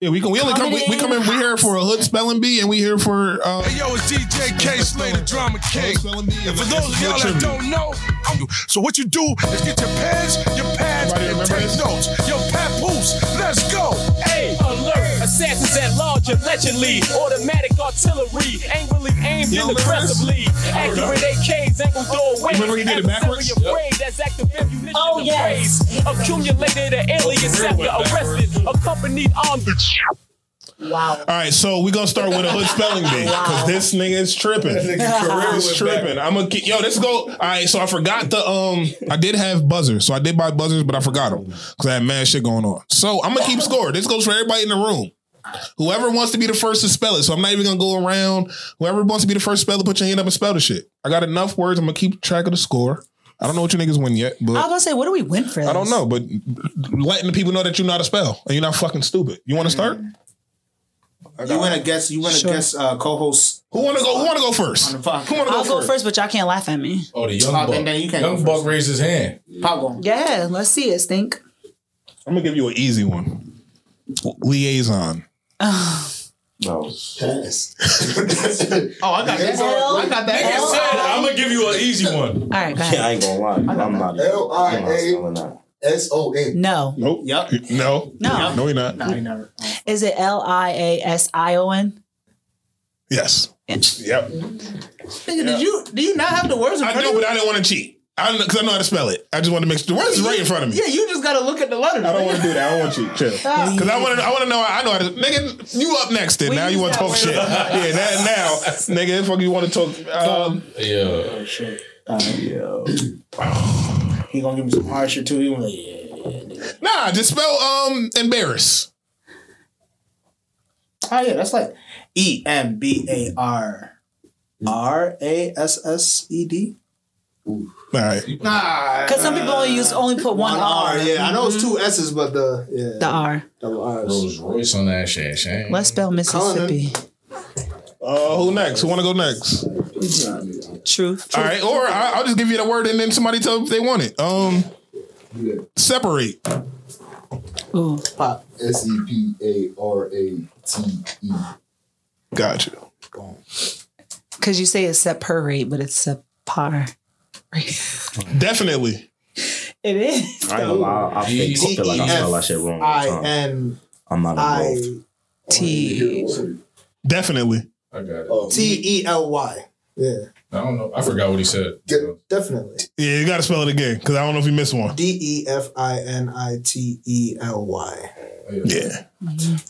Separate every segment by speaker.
Speaker 1: Yeah, we can. We only come. We,
Speaker 2: Coming
Speaker 1: we come in.
Speaker 2: in
Speaker 1: We here for a hood spelling bee, and we here for uh,
Speaker 3: Hey, yo, it's DJ K Slater, Drama King.
Speaker 1: hood spelling bee.
Speaker 3: And for those of y'all that don't know, I'm you. So what you do is get your pens, your pads,
Speaker 1: Everybody remember
Speaker 3: and take
Speaker 1: this?
Speaker 3: notes. Yo, papoose, let's go.
Speaker 4: A alert, assassins at large allegedly, automatic artillery, angrily aimed
Speaker 1: You
Speaker 4: and
Speaker 1: remember this?
Speaker 4: aggressively, accurate AKs, angle doorways,
Speaker 1: Remember he did it backwards?
Speaker 4: adversary afraid, that's active ammunition
Speaker 2: Oh,
Speaker 4: of
Speaker 2: yes.
Speaker 4: praise. accumulated an alien scepter, arrested, accompanied armed.
Speaker 2: Wow.
Speaker 1: All right, so we gonna start with a hood spelling bee because this nigga is tripping.
Speaker 5: career
Speaker 1: It's
Speaker 5: went
Speaker 1: tripping. I'm gonna keep, yo. Let's go. All right, so I forgot the um. I did have buzzers, so I did buy buzzers, but I forgot them because I had mad shit going on. So I'm gonna keep score. This goes for everybody in the room. Whoever wants to be the first to spell it, so I'm not even gonna go around. Whoever wants to be the first speller, put your hand up and spell the shit. I got enough words. I'm gonna keep track of the score. I don't know what you niggas win yet,
Speaker 6: I was
Speaker 1: but
Speaker 6: gonna say, what do we win for? This?
Speaker 1: I don't know. But letting the people know that you know how to spell and you're not fucking stupid. You want to start?
Speaker 5: You want to guess? You want to
Speaker 6: Sure.
Speaker 5: guess? Uh, co-host.
Speaker 1: Who want to go? Who want to go first?
Speaker 5: On
Speaker 1: Who
Speaker 5: the
Speaker 1: want
Speaker 5: podcast.
Speaker 1: to go,
Speaker 6: I'll go
Speaker 1: first?
Speaker 6: first, but y'all can't laugh at me.
Speaker 7: Oh, the young
Speaker 5: Oh,
Speaker 7: buck.
Speaker 5: then- then you can't
Speaker 7: young
Speaker 5: go
Speaker 7: buck
Speaker 5: first.
Speaker 7: raised his hand.
Speaker 5: Pablo.
Speaker 6: Yeah, let's see it, stink.
Speaker 1: I'm gonna give you an easy one. Liaison.
Speaker 7: Yes.
Speaker 5: Oh, I got that.
Speaker 6: L-
Speaker 5: I got that.
Speaker 6: L-
Speaker 7: I'm gonna give you an easy one.
Speaker 6: All right, go
Speaker 8: Yeah,
Speaker 6: ahead.
Speaker 8: I ain't gonna lie. I'm not.
Speaker 9: L I
Speaker 8: I'm not
Speaker 9: A
Speaker 8: spelling that.
Speaker 9: S O N.
Speaker 6: No,
Speaker 1: Nope.
Speaker 5: Yup.
Speaker 1: No.
Speaker 6: No.
Speaker 1: No, you're not.
Speaker 5: No, you never.
Speaker 6: is it L I A S I O N?
Speaker 1: Yes. Yep.
Speaker 5: Nigga, did you do you not have the words in
Speaker 1: I
Speaker 5: front
Speaker 1: do,
Speaker 5: of
Speaker 1: but
Speaker 5: you?
Speaker 1: I didn't want to cheat. I because I know how to spell it. I just want to make sure the words is right in front of me.
Speaker 5: Yeah, you just gotta look at the letters.
Speaker 1: I don't want to do that. I don't want you. Chill. Because I want to. I want to know. I know how to. Nigga, you up next? Then
Speaker 6: We
Speaker 1: now you
Speaker 6: use
Speaker 1: want to
Speaker 6: that
Speaker 1: talk
Speaker 6: word.
Speaker 1: shit. yeah. That now, nigga. Fuck you want to talk. Um,
Speaker 8: Oh,
Speaker 7: Yeah.
Speaker 5: He gonna give me some harsher too. He gonna be like, yeah.
Speaker 1: nah, just spell um embarrass.
Speaker 5: Oh yeah, that's like E M B A R R A S S E D.
Speaker 1: All right.
Speaker 9: Nah.
Speaker 6: Because some people only use only put one,
Speaker 9: One
Speaker 6: R.
Speaker 9: R. Yeah, I know it's
Speaker 5: Mm-hmm.
Speaker 9: two S's, but the yeah,
Speaker 6: The R.
Speaker 9: double R's.
Speaker 7: Rolls Royce on that shit, Shane.
Speaker 6: Let's spell Mississippi.
Speaker 1: Uh, who next? Who want to go next?
Speaker 6: Truth.
Speaker 1: All right. Or I, I'll just give you the word and then somebody tell them if they want it. Um, separate.
Speaker 6: Ooh.
Speaker 9: S E P A R A T E.
Speaker 1: Gotcha.
Speaker 6: Because you say it's separate, but it's separ.
Speaker 1: Definitely.
Speaker 6: It is.
Speaker 8: I ain't gonna lie. I think I feel like I spell that shit wrong. all
Speaker 9: I
Speaker 8: the time.
Speaker 9: N
Speaker 8: I'm not
Speaker 9: I
Speaker 8: involved.
Speaker 6: T.
Speaker 1: Definitely.
Speaker 7: I got it.
Speaker 9: T E L Y. Yeah,
Speaker 7: Oh. I don't know. I forgot what he said.
Speaker 9: de- definitely.
Speaker 1: Yeah, you gotta spell it again because I don't know if you missed one.
Speaker 9: D E F I N I T E L Y.
Speaker 1: Yeah.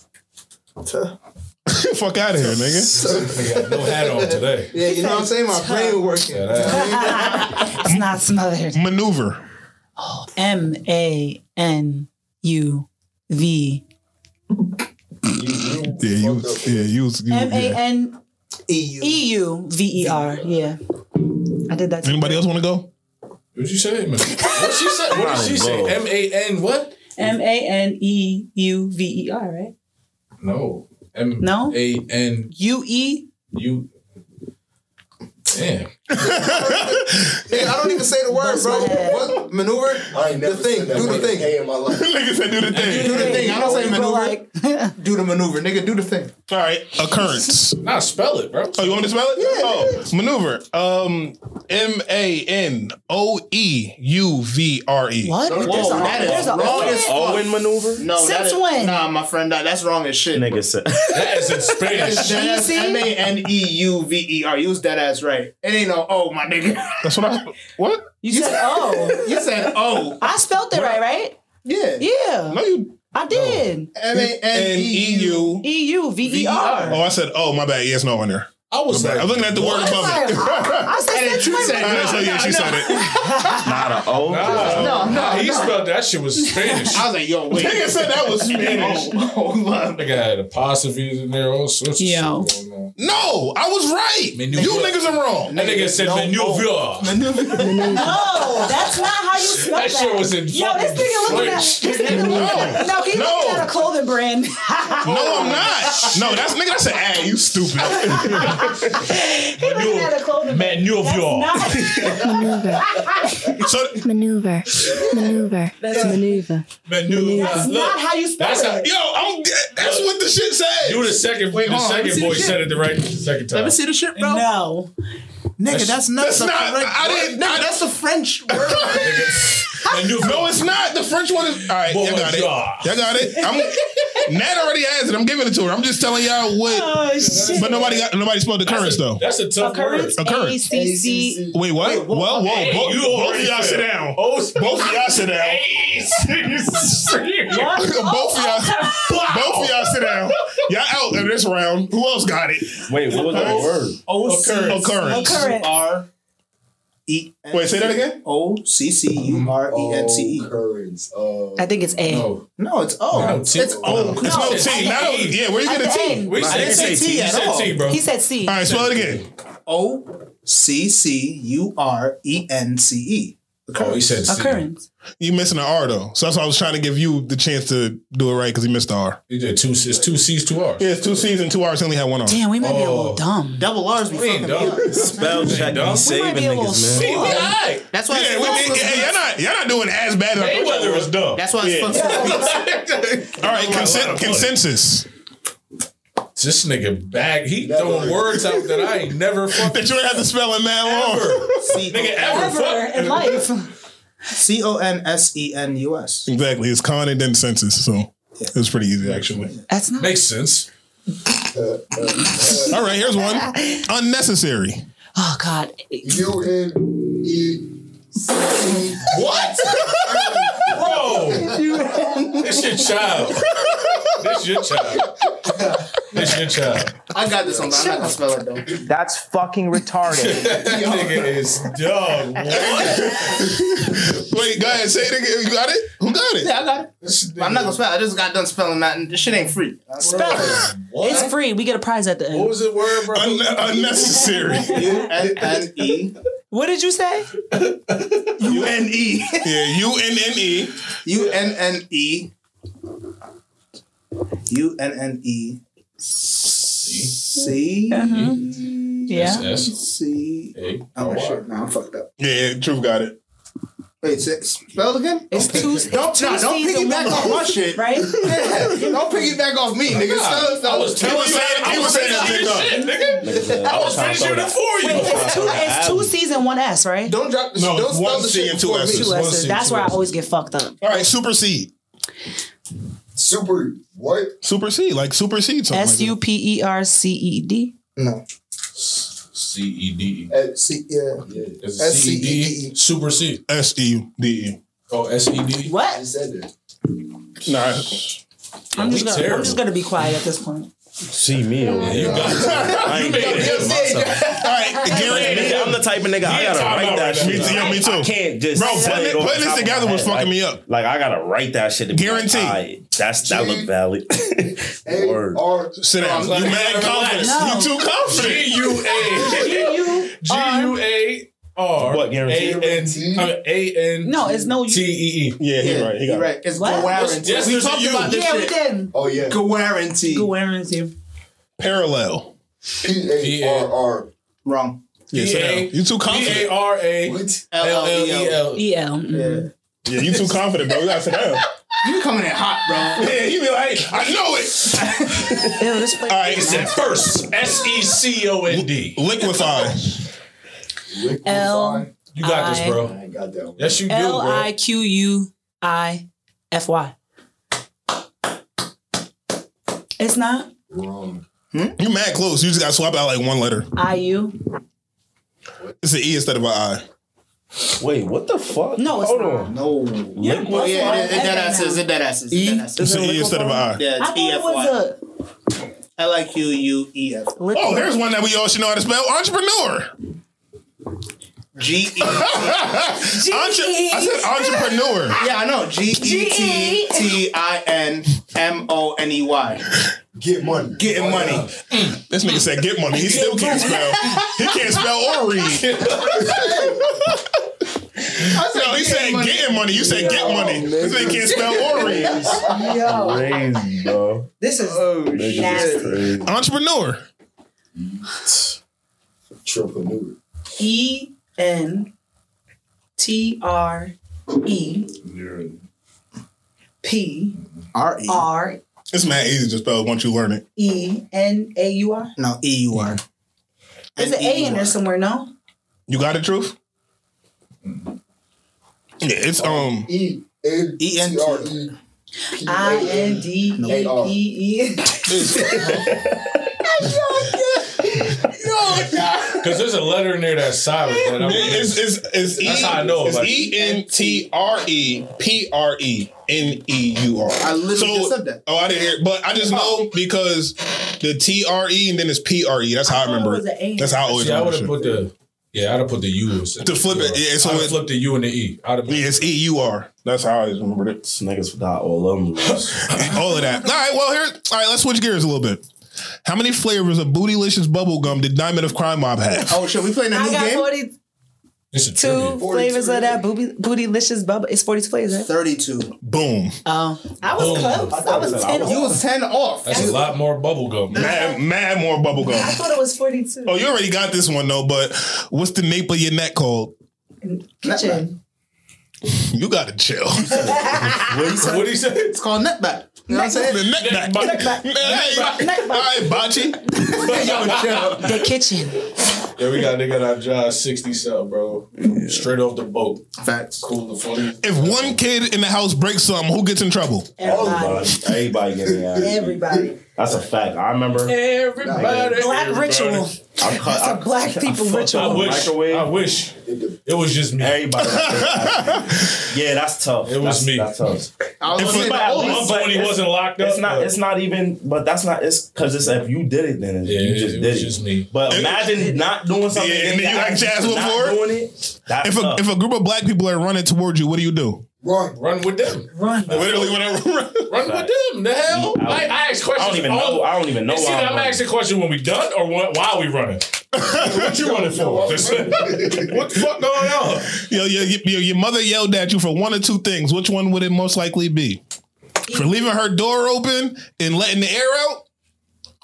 Speaker 1: Fuck out of here, nigga.
Speaker 7: I got no hat on today.
Speaker 9: Yeah, you know what I'm saying? My brain working.
Speaker 7: Yeah, that-
Speaker 6: It's not smothered.
Speaker 1: Maneuver.
Speaker 6: M A N U V.
Speaker 1: Yeah, you. Yeah, you. was- you
Speaker 6: M A
Speaker 1: yeah.
Speaker 6: N
Speaker 9: E U.
Speaker 6: E U V E R. Yeah. I did that.
Speaker 1: Anybody else want to go?
Speaker 7: What'd you say, man? What she said? What did she say? M A N what?
Speaker 6: M A N E U V E R, right?
Speaker 7: No. M
Speaker 6: No?
Speaker 7: A N
Speaker 6: U E.
Speaker 7: U. Damn.
Speaker 9: Nigga, I don't even say the word,
Speaker 6: Bust my
Speaker 9: bro.
Speaker 6: head.
Speaker 9: What maneuver?
Speaker 7: I ain't
Speaker 9: The thing. Do the thing.
Speaker 7: in my life.
Speaker 1: Nigga said do the
Speaker 9: Do
Speaker 1: thing.
Speaker 9: the thing. I don't say
Speaker 6: But
Speaker 9: maneuver.
Speaker 6: like,
Speaker 9: do the maneuver, nigga. Do the thing.
Speaker 1: All right. Occurrence.
Speaker 7: Nah, spell it, bro.
Speaker 1: Oh, you want me to spell it? Oh, maneuver. Um, M A N O E U V R E.
Speaker 6: what? There's a-
Speaker 5: that is
Speaker 6: there's a-
Speaker 5: wrong as fuck.
Speaker 8: Owen maneuver.
Speaker 5: No, that
Speaker 6: Since
Speaker 5: is-
Speaker 6: when?
Speaker 5: Nah, my friend, that, that's wrong as shit.
Speaker 8: Nigga said.
Speaker 7: That is in Spanish.
Speaker 5: Dead ass,
Speaker 6: See?
Speaker 5: M A N E U V E R. Use that ass right. It ain't no O, my nigga.
Speaker 1: That's what I. What?
Speaker 6: You said oh.
Speaker 5: You said O.
Speaker 6: I spelled it right, right?
Speaker 5: Yeah.
Speaker 6: Yeah.
Speaker 1: No, you.
Speaker 6: I did.
Speaker 5: M A N
Speaker 1: N E U.
Speaker 6: E U V E R.
Speaker 1: Oh, I said. Oh, my bad. Yes, no in there.
Speaker 7: I was
Speaker 1: I'm
Speaker 7: like,
Speaker 1: looking at the word above it.
Speaker 6: I said
Speaker 5: And
Speaker 6: since
Speaker 5: you
Speaker 6: when?
Speaker 5: said
Speaker 1: All right, so yeah, she said it.
Speaker 8: Not an O.
Speaker 7: no, no, He spelled that shit was Spanish.
Speaker 5: I was like, yo, wait.
Speaker 1: Nigga said that was Spanish.
Speaker 5: Oh, hold up.
Speaker 7: Nigga had apostrophes in there, all sorts of
Speaker 6: Yo.
Speaker 7: shit going on.
Speaker 1: No, I was right.
Speaker 7: Maneuver.
Speaker 1: You niggas are wrong.
Speaker 7: That nigga said maneuver.
Speaker 6: No, that's not how you spell
Speaker 7: That
Speaker 6: that.
Speaker 7: shit was in
Speaker 6: Yo, this
Speaker 7: fucking
Speaker 6: nigga looking at
Speaker 7: French.
Speaker 6: this nigga looking at no, he
Speaker 1: No.
Speaker 6: looking at a clothing brand.
Speaker 1: No, I'm not. No, that's nigga. That's an ad. You stupid.
Speaker 6: he looking at a clothing
Speaker 10: menu of y'all.
Speaker 11: Maneuver. Maneuver. Maneuver. Maneuver.
Speaker 10: Menu.
Speaker 11: That's
Speaker 10: uh, Look,
Speaker 11: not how you spell
Speaker 10: that's
Speaker 11: it.
Speaker 10: How,
Speaker 1: yo, I'm. That's what the shit says.
Speaker 10: You the second.
Speaker 7: Wait,
Speaker 10: the
Speaker 7: hold on, let me
Speaker 10: second
Speaker 7: see the
Speaker 10: boy
Speaker 7: shit.
Speaker 10: said it the right the second time.
Speaker 5: Let me see the shit, bro. No. Nigga, that's not
Speaker 1: That's
Speaker 5: the
Speaker 1: not-
Speaker 5: correct
Speaker 1: I
Speaker 5: word.
Speaker 1: didn't-
Speaker 5: Nigga,
Speaker 1: I-
Speaker 5: that's the French word.
Speaker 1: no, it's not. The French one is all right. Y'all got it. Y'all got it. I'm, Nat already has it. I'm giving it to her. I'm just telling y'all what.
Speaker 6: Oh,
Speaker 1: But nobody got nobody spelled occurrence though.
Speaker 10: That's a tough word.
Speaker 1: Occurrence.
Speaker 6: ACC.
Speaker 1: Wait, what? Whoa, whoa,
Speaker 10: Hey,
Speaker 1: bo-
Speaker 10: you
Speaker 1: both
Speaker 10: already
Speaker 1: of y'all sit
Speaker 10: failed.
Speaker 1: down.
Speaker 10: Oh,
Speaker 1: Both of y'all sit down. both of y'all, both of y'all sit down. Y'all out in this round. Who else got it?
Speaker 8: Wait, what was that word?
Speaker 1: Occurrence. Occurrence.
Speaker 6: Occurrence.
Speaker 5: R E.
Speaker 1: Wait, say that again.
Speaker 5: O C C U R E N T E.
Speaker 9: Occurrence. Uh,
Speaker 6: I think it's A.
Speaker 7: No.
Speaker 5: No, it's O.
Speaker 7: No, T.
Speaker 5: it's O.
Speaker 1: It's no T. Not a, yeah, where you get a T?
Speaker 10: We
Speaker 5: I didn't say T
Speaker 10: You
Speaker 5: at
Speaker 10: said
Speaker 5: all.
Speaker 10: T, bro.
Speaker 6: He said C.
Speaker 1: All right, spell it again.
Speaker 5: O C C U R E N C E.
Speaker 7: Oh, he said C.
Speaker 6: Occurrence.
Speaker 1: You missing an R though, so that's why I was trying to give you the chance to do it right because he missed the R.
Speaker 7: He did two. It's two C's, two R's.
Speaker 1: Yeah, it's two C's and two R's. He only had one R.
Speaker 6: Damn, we might be a little
Speaker 7: Oh.
Speaker 6: dumb.
Speaker 5: Double R's be
Speaker 7: We
Speaker 5: fucking
Speaker 7: ain't
Speaker 5: me up.
Speaker 7: dumb.
Speaker 8: Spell check.
Speaker 7: dumb.
Speaker 8: be saving
Speaker 6: be a little
Speaker 8: niggas, man.
Speaker 10: We all right.
Speaker 5: That's why.
Speaker 1: Yeah, we,
Speaker 5: it's
Speaker 1: hey, y'all not y'all not doing as bad. As I thought y'all
Speaker 10: Mayweather was dumb.
Speaker 5: That's why it's
Speaker 1: Yeah.
Speaker 5: fun to beat.
Speaker 1: were. All right, consen- consensus
Speaker 7: This nigga back. He throwing words out that I ain't never fucking
Speaker 1: that you don't have to spell in that long.
Speaker 10: Nigga, ever fuck.
Speaker 6: in life.
Speaker 5: C O N S E N U S.
Speaker 1: Exactly, it's con and then census, so it's pretty easy actually.
Speaker 6: That's not.
Speaker 7: makes sense.
Speaker 1: All right, here's one unnecessary.
Speaker 6: Oh God.
Speaker 9: U N E C E.
Speaker 7: What? Bro, this your child. This your child. This your child.
Speaker 5: I got this one, but I'm not gonna spell it though.
Speaker 8: That's fucking retarded.
Speaker 7: This nigga is dumb.
Speaker 1: Wait, go ahead, say it again. You got it? Who got it?
Speaker 5: Yeah, I got it.
Speaker 7: This
Speaker 5: I'm not
Speaker 7: nigga-
Speaker 5: gonna spell it. I just got done spelling that. and This shit ain't free.
Speaker 6: Spell it.
Speaker 7: What?
Speaker 6: It's free. We get a prize at the
Speaker 7: What
Speaker 6: end.
Speaker 7: was the word, bro?
Speaker 1: Un- unnecessary.
Speaker 5: U N N E
Speaker 6: What did you say?
Speaker 5: U N E
Speaker 1: Yeah, U N N E.
Speaker 5: U N N E U N N E C
Speaker 6: Yeah.
Speaker 7: S
Speaker 5: C.
Speaker 7: A
Speaker 5: Oh
Speaker 7: R.
Speaker 5: shit! Now I'm fucked up.
Speaker 1: Yeah, Truth got it.
Speaker 5: Wait, say- spell it again.
Speaker 6: It's two.
Speaker 5: Don't
Speaker 6: two
Speaker 5: nah, don't
Speaker 6: C's and
Speaker 5: piggyback
Speaker 6: one
Speaker 5: off my
Speaker 6: O.
Speaker 5: shit.
Speaker 6: Right.
Speaker 5: Yeah, don't piggyback off me, nigga. Spell it.
Speaker 7: I was
Speaker 1: He
Speaker 7: telling
Speaker 1: was
Speaker 7: you.
Speaker 1: saying, he was saying that thing up.
Speaker 10: Shit, nigga.
Speaker 8: I was
Speaker 10: Finish you for
Speaker 6: Wait,
Speaker 10: you.
Speaker 6: it's two. It's two C's and one S, right?
Speaker 5: Don't drop the
Speaker 1: No,
Speaker 5: Don't
Speaker 1: one
Speaker 5: spell the
Speaker 1: C
Speaker 5: shit
Speaker 1: and two
Speaker 5: before
Speaker 1: S's.
Speaker 5: me.
Speaker 6: Two
Speaker 7: one
Speaker 6: S's.
Speaker 7: C,
Speaker 6: That's
Speaker 7: two
Speaker 6: where I
Speaker 7: S's.
Speaker 6: always get fucked up.
Speaker 1: All right, supersede.
Speaker 9: Super. What?
Speaker 1: Supersede, like supersede something.
Speaker 6: S U P E R C E D.
Speaker 5: No.
Speaker 7: C E D E.
Speaker 9: At
Speaker 5: See, yeah.
Speaker 9: yeah.
Speaker 7: It's a C E D
Speaker 5: S-C-E-D-E.
Speaker 7: E. Super C.
Speaker 1: S E D E.
Speaker 7: Oh, S E D.
Speaker 9: I
Speaker 6: What?
Speaker 9: said that.
Speaker 1: Nah.
Speaker 6: I'm just
Speaker 7: we
Speaker 6: gonna. I'm
Speaker 7: terrible.
Speaker 6: just gonna be quiet at this point.
Speaker 8: See me over
Speaker 7: You
Speaker 8: here.
Speaker 7: got
Speaker 8: I ain't doing it myself.
Speaker 1: All right, Gary.
Speaker 8: Nigga, I'm the type of nigga I gotta
Speaker 10: time
Speaker 8: write
Speaker 10: out
Speaker 8: that
Speaker 10: right now.
Speaker 1: Me
Speaker 8: shit.
Speaker 1: too. Yeah, me too.
Speaker 8: I can't just
Speaker 1: Bro,
Speaker 8: say
Speaker 1: putting
Speaker 8: it
Speaker 1: it-
Speaker 8: off the
Speaker 1: putting this
Speaker 8: top of my
Speaker 1: together was
Speaker 8: head.
Speaker 1: fucking
Speaker 8: Like-
Speaker 1: me up.
Speaker 8: Like I gotta write that shit. To be like,
Speaker 1: Guaranteed.
Speaker 8: "Aight, that's that look valid.
Speaker 9: A
Speaker 8: Word.
Speaker 9: R.
Speaker 1: Sit down. You mad confident.
Speaker 6: No.
Speaker 1: You too confident.
Speaker 7: G U A G U A R.
Speaker 8: What, guarantee?
Speaker 7: A N T. A N.
Speaker 6: No, it's no.
Speaker 7: T E E.
Speaker 1: Yeah,
Speaker 5: Yeah, you right. It's
Speaker 6: What?
Speaker 5: guarantee.
Speaker 7: Yes,
Speaker 5: We
Speaker 7: there's a
Speaker 5: talked
Speaker 7: U.
Speaker 5: about this
Speaker 6: Yeah, we
Speaker 5: shit.
Speaker 6: did.
Speaker 9: Oh yeah.
Speaker 5: Guarantee.
Speaker 6: Guarantee.
Speaker 1: Parallel.
Speaker 9: P A R R.
Speaker 5: Wrong.
Speaker 1: Yeah, sit
Speaker 7: P A-
Speaker 1: down. You too
Speaker 7: B A
Speaker 1: confident.
Speaker 7: R A
Speaker 9: What?
Speaker 7: L L E
Speaker 5: L.
Speaker 7: L.
Speaker 6: E L.
Speaker 5: Yeah.
Speaker 1: Yeah, you too confident, bro. You gotta sit down.
Speaker 5: You coming in hot, bro.
Speaker 1: Yeah, you be like, I know it.
Speaker 6: Ew, this place.
Speaker 1: All right,
Speaker 7: It's at first. S E C O N D.
Speaker 1: liquefy.
Speaker 9: Liquid
Speaker 6: L.
Speaker 9: fine.
Speaker 7: You got
Speaker 6: I-
Speaker 7: this,
Speaker 9: I
Speaker 7: bro.
Speaker 9: ain't got that one.
Speaker 7: Yes, you do,
Speaker 6: L
Speaker 7: bro.
Speaker 6: I Q U I F Y. It's not
Speaker 9: Wrong.
Speaker 1: You mad close. You just gotta swap out like one letter.
Speaker 6: I U.
Speaker 1: It's an E instead of an I.
Speaker 8: Wait, what the fuck?
Speaker 6: No, it's
Speaker 8: Hold
Speaker 6: not.
Speaker 8: on.
Speaker 5: No.
Speaker 8: Liquid.
Speaker 5: Oh, yeah, it, it,
Speaker 6: Okay,
Speaker 5: dead
Speaker 6: now.
Speaker 5: asses. It dead asses. It
Speaker 8: E?
Speaker 5: dead
Speaker 1: It's
Speaker 5: asses.
Speaker 1: an E instead of an I.
Speaker 5: Yeah,
Speaker 6: I
Speaker 5: it's
Speaker 6: thought
Speaker 5: E
Speaker 6: it
Speaker 5: F Y.
Speaker 6: was
Speaker 5: L I Q U E F.
Speaker 6: a. Liquid.
Speaker 1: Oh, here's one that we all should know how to spell. Entrepreneur.
Speaker 5: G E.
Speaker 1: Entre- I said entrepreneur.
Speaker 5: Yeah, I know. G E T T I N M O N E Y.
Speaker 9: Get money.
Speaker 5: Getting money.
Speaker 1: This nigga said Mm. get money. He still can't spell. He can't spell or read.
Speaker 12: E
Speaker 1: No, he said getting money. You said get money. This nigga can't spell or read.
Speaker 6: Yo,
Speaker 8: Crazy, bro.
Speaker 6: this is
Speaker 8: Niggas is crazy.
Speaker 1: Entrepreneur.
Speaker 9: Entrepreneur.
Speaker 2: E N T R E P
Speaker 5: R
Speaker 2: R
Speaker 1: It's mad easy to spell once you learn it.
Speaker 2: E N A U R.
Speaker 5: No, E U R.
Speaker 2: There's an A in there somewhere, no?
Speaker 1: You got it, truth? Yeah, it's um
Speaker 9: E N
Speaker 5: E N T
Speaker 9: R E.
Speaker 2: I N D E E E.
Speaker 7: Because there's a letter in there that's silent. That I'm
Speaker 1: It's, it's, it's E-
Speaker 7: That's how I know
Speaker 1: It's
Speaker 7: about it.
Speaker 1: E N T R E P R E N E U R. I
Speaker 5: literally
Speaker 1: so,
Speaker 5: just said that.
Speaker 1: Oh, I didn't hear. it. But I just know because the T R E and then it's P R E. That's how I, remember
Speaker 2: it was an A.
Speaker 1: it. That's how I always
Speaker 7: See, I
Speaker 1: remember
Speaker 7: would have
Speaker 1: shit.
Speaker 7: put the yeah, I'd have put the U
Speaker 1: To flip it, yeah, so
Speaker 7: I'd
Speaker 1: it-
Speaker 7: have flipped the U and the E. I'd have
Speaker 1: Yeah, it's E U R. That's how I always remembered it.
Speaker 8: This niggas forgot all of them.
Speaker 1: All of that. All right. Well, here. All right. Let's switch gears a little bit. How many flavors of bootylicious bubble gum did Diamond of Crime Mob have?
Speaker 5: Oh, shit, we playing a
Speaker 6: I
Speaker 5: new
Speaker 6: got
Speaker 5: game?
Speaker 6: 42
Speaker 7: it's a
Speaker 6: flavors of that booby, bootylicious bubble. It's 42 flavors, right?
Speaker 5: 32.
Speaker 1: Boom.
Speaker 6: Oh. I was close. I, was 10
Speaker 5: Oh. You was 10 off.
Speaker 7: That's a lot more bubble gum.
Speaker 1: Mad, mad more bubble gum.
Speaker 6: I thought it was 42.
Speaker 1: Oh, you already got this one though. But what's the nape of your neck called?
Speaker 6: Kitchen.
Speaker 1: You gotta chill.
Speaker 7: What he said?
Speaker 5: It's called netback. You know what I'm saying?
Speaker 1: the neck back. Man, hey, all right, Bachi.
Speaker 6: The kitchen.
Speaker 7: Yeah, we got a nigga that I drive sixty cell, bro. Straight off the boat.
Speaker 5: Facts.
Speaker 7: Cool the funny.
Speaker 1: If one kid in the house breaks something, who gets in trouble?
Speaker 6: Oh
Speaker 2: Everybody.
Speaker 8: Everybody, everybody getting that.
Speaker 2: Everybody.
Speaker 8: That's a fact. I remember.
Speaker 7: Everybody.
Speaker 6: Black ritual.
Speaker 8: I cut. I,
Speaker 6: Black people ritual.
Speaker 7: I wish.
Speaker 8: Microwave.
Speaker 7: I wish it was just me.
Speaker 8: everybody. yeah, that's tough.
Speaker 7: It was
Speaker 8: That's-
Speaker 7: me.
Speaker 8: That's tough.
Speaker 5: I was
Speaker 1: If
Speaker 5: gonna
Speaker 1: we-
Speaker 5: say
Speaker 1: but
Speaker 5: the
Speaker 8: at
Speaker 5: old
Speaker 8: least-
Speaker 5: one.
Speaker 7: Uncle when he
Speaker 8: it's-
Speaker 7: wasn't locked up.
Speaker 8: It's not.
Speaker 7: but-
Speaker 8: It's not even. But that's not. It's because it's if you did it, then it's,
Speaker 7: Yeah,
Speaker 8: you just
Speaker 7: it
Speaker 8: did
Speaker 7: was
Speaker 8: it.
Speaker 7: just me.
Speaker 8: But imagine not doing something
Speaker 1: Yeah, and then you
Speaker 8: got
Speaker 1: act asshole
Speaker 8: not
Speaker 1: for it?
Speaker 8: doing it. That's
Speaker 1: If a
Speaker 8: tough.
Speaker 1: if a group of black people are running towards you, what do you do?
Speaker 9: Run.
Speaker 7: Run with them.
Speaker 2: Run.
Speaker 1: Literally, when I run.
Speaker 7: Run with them. The hell?
Speaker 8: I-
Speaker 7: Like, I ask
Speaker 8: I
Speaker 7: questions.
Speaker 8: don't even
Speaker 7: all-
Speaker 8: know. I don't even know.
Speaker 7: See,
Speaker 8: why
Speaker 7: I'm,
Speaker 8: I'm running.
Speaker 7: asking a question when we done or what, while we running. what you running for? what the fuck going on?
Speaker 1: Yo, yo, yo, yo, your mother yelled at you for one or two things. Which one would it most likely be? For leaving her door open and letting the air out,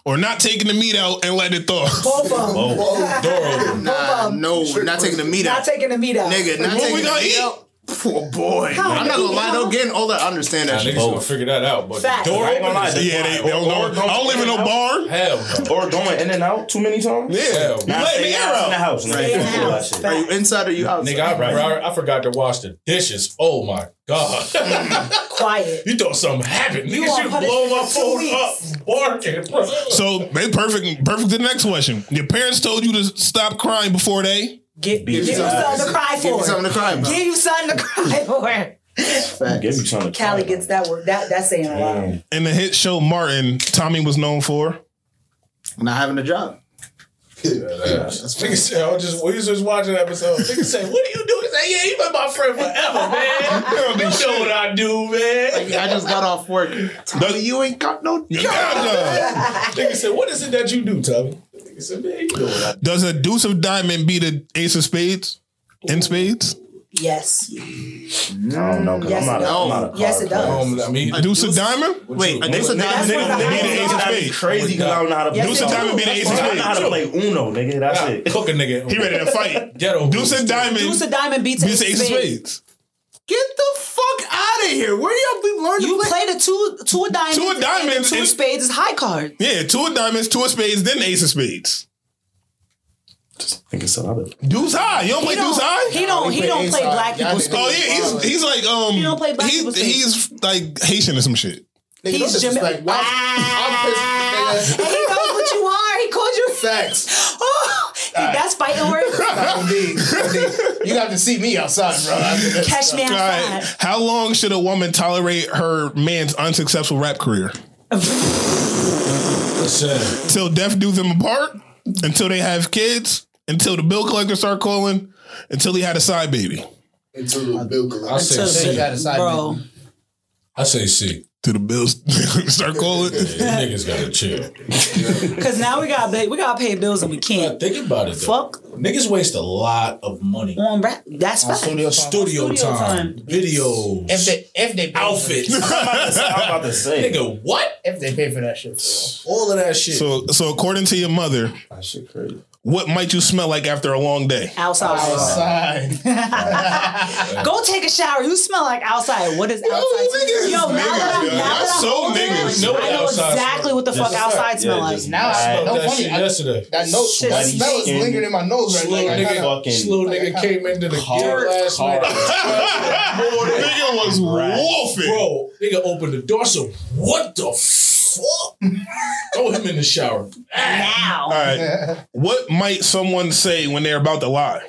Speaker 1: or not taking the meat out and letting it thaw?
Speaker 2: Both of them.
Speaker 7: Door open.
Speaker 5: Nah, no, not taking the meat
Speaker 2: Not
Speaker 5: out.
Speaker 2: taking the meat out.
Speaker 5: Nigga, not
Speaker 1: What
Speaker 5: taking
Speaker 1: we gonna
Speaker 5: the meat
Speaker 1: eat?
Speaker 5: out. Poor boy. I'm not gonna lie, though. Getting older, I understand
Speaker 7: Nah,
Speaker 5: that
Speaker 7: niggas
Speaker 5: shit.
Speaker 7: gonna figure that out. But
Speaker 2: Facts.
Speaker 7: the door
Speaker 8: I ain't gonna
Speaker 7: open.
Speaker 8: lie,
Speaker 7: is-
Speaker 8: they-
Speaker 1: Yeah, they, they don't know. I don't live in no barn.
Speaker 7: Hell, no.
Speaker 8: or going in and out too many times.
Speaker 7: hell.
Speaker 1: You
Speaker 7: no.
Speaker 8: Nah,
Speaker 1: letting
Speaker 8: stay
Speaker 1: the air
Speaker 8: out in
Speaker 1: out.
Speaker 8: the house. nigga.
Speaker 2: Stay in the
Speaker 8: Fuck all that
Speaker 2: house.
Speaker 8: shit.
Speaker 5: Are you inside or you outside?
Speaker 7: Nigga, I,
Speaker 8: Right.
Speaker 7: I, I forgot to wash the dishes. Oh my god!
Speaker 2: Quiet.
Speaker 7: you thought something happened.
Speaker 2: You
Speaker 7: Nigga,
Speaker 2: on
Speaker 7: you
Speaker 2: punishment
Speaker 7: blow my
Speaker 2: for two
Speaker 7: phone
Speaker 2: weeks.
Speaker 7: up, barking. bro.
Speaker 1: So they perfect. Perfect. To the next question. Your parents told you to stop crying before they.
Speaker 2: Get, give you
Speaker 8: yourself-
Speaker 2: something to cry
Speaker 5: Give me
Speaker 2: for.
Speaker 5: something to cry about.
Speaker 2: Give you something to cry for.
Speaker 8: Give me something. to
Speaker 2: Callie
Speaker 8: cry
Speaker 2: gets that word. That that's saying a lot.
Speaker 8: about.
Speaker 1: In the hit show Martin, Tommy was known for.
Speaker 5: Not having a job.
Speaker 7: Nigga said, I was just, we was just watching an episode. Nigga said, what do you do? He said, yeah, you been my friend forever, man. you know what I do, man.
Speaker 5: I just got off work. Tommy, you ain't got no
Speaker 1: Your God, uh,
Speaker 7: Nigga said, what is it that you do, Tommy? Nigga said, man, you know what I do.
Speaker 1: Does a deuce of diamond beat an ace of spades? In spades,
Speaker 2: Yes.
Speaker 8: I don't know. 'cause
Speaker 2: Yes,
Speaker 8: I'm not.
Speaker 2: it
Speaker 5: does.
Speaker 8: A, I'm not a
Speaker 2: Yes, it
Speaker 8: card player.
Speaker 2: does.
Speaker 7: Um, I mean,
Speaker 1: a deuce of diamond.
Speaker 5: Wait,
Speaker 7: you-
Speaker 5: are they so
Speaker 2: That's
Speaker 5: nigga,
Speaker 2: what I-
Speaker 8: Nigga,
Speaker 2: That's
Speaker 8: the ace of spades. Crazy because I don't know how to play.
Speaker 2: Yes,
Speaker 1: Deuce
Speaker 2: it
Speaker 1: and
Speaker 2: does.
Speaker 1: diamond beat an ace of
Speaker 8: I don't know how
Speaker 1: spades.
Speaker 8: to play Uno, nigga. That's
Speaker 7: nah,
Speaker 8: it.
Speaker 7: cook a nigga.
Speaker 1: He ready to fight.
Speaker 7: Ghetto.
Speaker 1: Deuce and diamond.
Speaker 6: Deuce of diamond beats ace
Speaker 1: Beats
Speaker 6: of
Speaker 1: ace of
Speaker 6: spades.
Speaker 1: spades.
Speaker 5: Get the fuck out of here. Where y'all be learning
Speaker 6: You
Speaker 5: to play?
Speaker 6: play the two two of diamonds,
Speaker 1: Two of
Speaker 6: and
Speaker 1: diamonds
Speaker 6: two
Speaker 1: and-
Speaker 6: of spades is high card.
Speaker 1: Yeah, two of diamonds, two of spades, then ace of spades.
Speaker 8: Think it's a bit.
Speaker 1: Deuce high. You don't play
Speaker 6: He
Speaker 1: deuce high?
Speaker 6: don't he don't he
Speaker 5: play
Speaker 6: don't play
Speaker 5: inside.
Speaker 6: black
Speaker 5: Y'all
Speaker 6: people
Speaker 5: niggas-
Speaker 1: oh
Speaker 6: spades.
Speaker 1: yeah, he's he's like um
Speaker 6: He don't play black
Speaker 1: he's,
Speaker 6: people spades.
Speaker 1: he's like Haitian or some shit.
Speaker 9: Nigga, don't
Speaker 6: He's Jamaican.
Speaker 9: disrespect. Wow. I'm pissed at
Speaker 6: And
Speaker 9: that.
Speaker 6: he knows what you are. He called you
Speaker 9: Facts.
Speaker 6: Oh, that's fighting words.
Speaker 9: Indeed. Indeed. You have to see me outside, bro. After this.
Speaker 6: Catch me
Speaker 1: All
Speaker 6: outside.
Speaker 1: right. How long should a woman tolerate her man's unsuccessful rap career?
Speaker 7: Listen,
Speaker 1: Till death do them apart? Until they have kids? Until the bill collector start calling? Until he had a side baby?
Speaker 9: Until the bill
Speaker 7: I
Speaker 9: collects.
Speaker 7: say C.
Speaker 9: got a side
Speaker 6: Bro,
Speaker 7: I say C.
Speaker 1: Till the bills start calling?
Speaker 7: These niggas gotta chill.
Speaker 6: because now we got ba- we gotta pay bills and we can't.
Speaker 7: Think about it, though.
Speaker 6: Fuck
Speaker 7: Niggas waste a lot of money.
Speaker 6: on rap. That's fine.
Speaker 9: Studio time.
Speaker 7: Studio,
Speaker 6: Studio
Speaker 7: time,
Speaker 6: time.
Speaker 7: videos,
Speaker 9: If they if they pay
Speaker 7: outfits.
Speaker 8: I'm about to say.
Speaker 7: Nigga, what?
Speaker 9: for, if they pay for that shit,
Speaker 7: All of that shit.
Speaker 1: so so according to your mother,
Speaker 8: That shit crazy.
Speaker 1: What might you smell like after a long day?
Speaker 6: Outside. Go take a shower. You smell like outside. What is outside? Yo, now that I'm, now that I'm
Speaker 1: so
Speaker 6: older,
Speaker 1: niggas
Speaker 7: know
Speaker 6: I know
Speaker 7: outside
Speaker 6: exactly what the
Speaker 7: smell.
Speaker 6: fuck
Speaker 7: Yes, sir.
Speaker 6: outside smell
Speaker 7: Yeah,
Speaker 6: like.
Speaker 7: just
Speaker 12: Now I
Speaker 7: Smelled
Speaker 12: know
Speaker 7: that
Speaker 12: funny.
Speaker 7: shit
Speaker 12: I-
Speaker 7: yesterday.
Speaker 12: That note,
Speaker 7: Sweaty
Speaker 12: that smell is
Speaker 7: skin.
Speaker 12: lingering in my nose right
Speaker 7: Slow
Speaker 12: now. Like, I
Speaker 7: nigga,
Speaker 12: gotta-
Speaker 7: slow nigga came into the
Speaker 12: Hard
Speaker 7: gym last
Speaker 12: car.
Speaker 7: night. nigga
Speaker 1: was
Speaker 7: wolfing. Bro, nigga opened the door. So what the fuck? Throw him in the shower.
Speaker 1: All right. What might someone say when they're about to lie?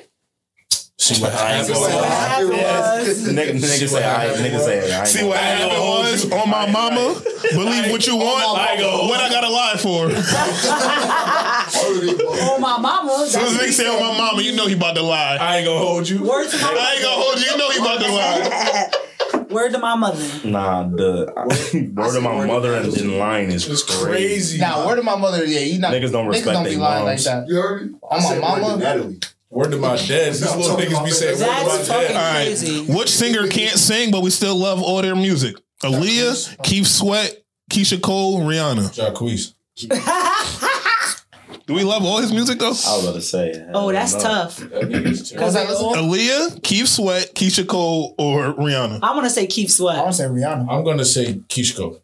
Speaker 8: See what happened was. Nigga nigga say, I nigga say, I ain't
Speaker 1: See
Speaker 8: gonna
Speaker 1: what
Speaker 8: lie.
Speaker 1: happened was on my mama. Believe what you want. What I gotta lie for?
Speaker 6: oh my mama.
Speaker 1: So this nigga say on my mama, you know he about to lie. I ain't gonna hold you.
Speaker 6: Word to my
Speaker 1: I ain't gonna hold you. You know he about to lie.
Speaker 6: Word to my mother.
Speaker 8: Nah, the word of my mother and then lying is crazy.
Speaker 12: Now, word of my mother, yeah, you not
Speaker 8: Niggas don't respect
Speaker 12: don't be
Speaker 8: they
Speaker 12: lying
Speaker 8: moms.
Speaker 12: like that. You heard me? I'm my mama.
Speaker 7: Word to my dad. These little niggas be saying word to my
Speaker 12: That's
Speaker 7: dad.
Speaker 12: fucking
Speaker 1: All right. Which singer can't sing but we still love all their music? Aaliyah, Keith Sweat, Keisha Cole, Rihanna. Jacquees. Do we love all his music though? I was
Speaker 8: about to say.
Speaker 6: Oh, that's tough. Because
Speaker 1: Aaliyah, Keith Sweat, Keisha Cole, or Rihanna?
Speaker 6: I want to say Keith Sweat. I
Speaker 12: to
Speaker 6: want
Speaker 12: say Rihanna.
Speaker 7: I'm gonna say Kishko.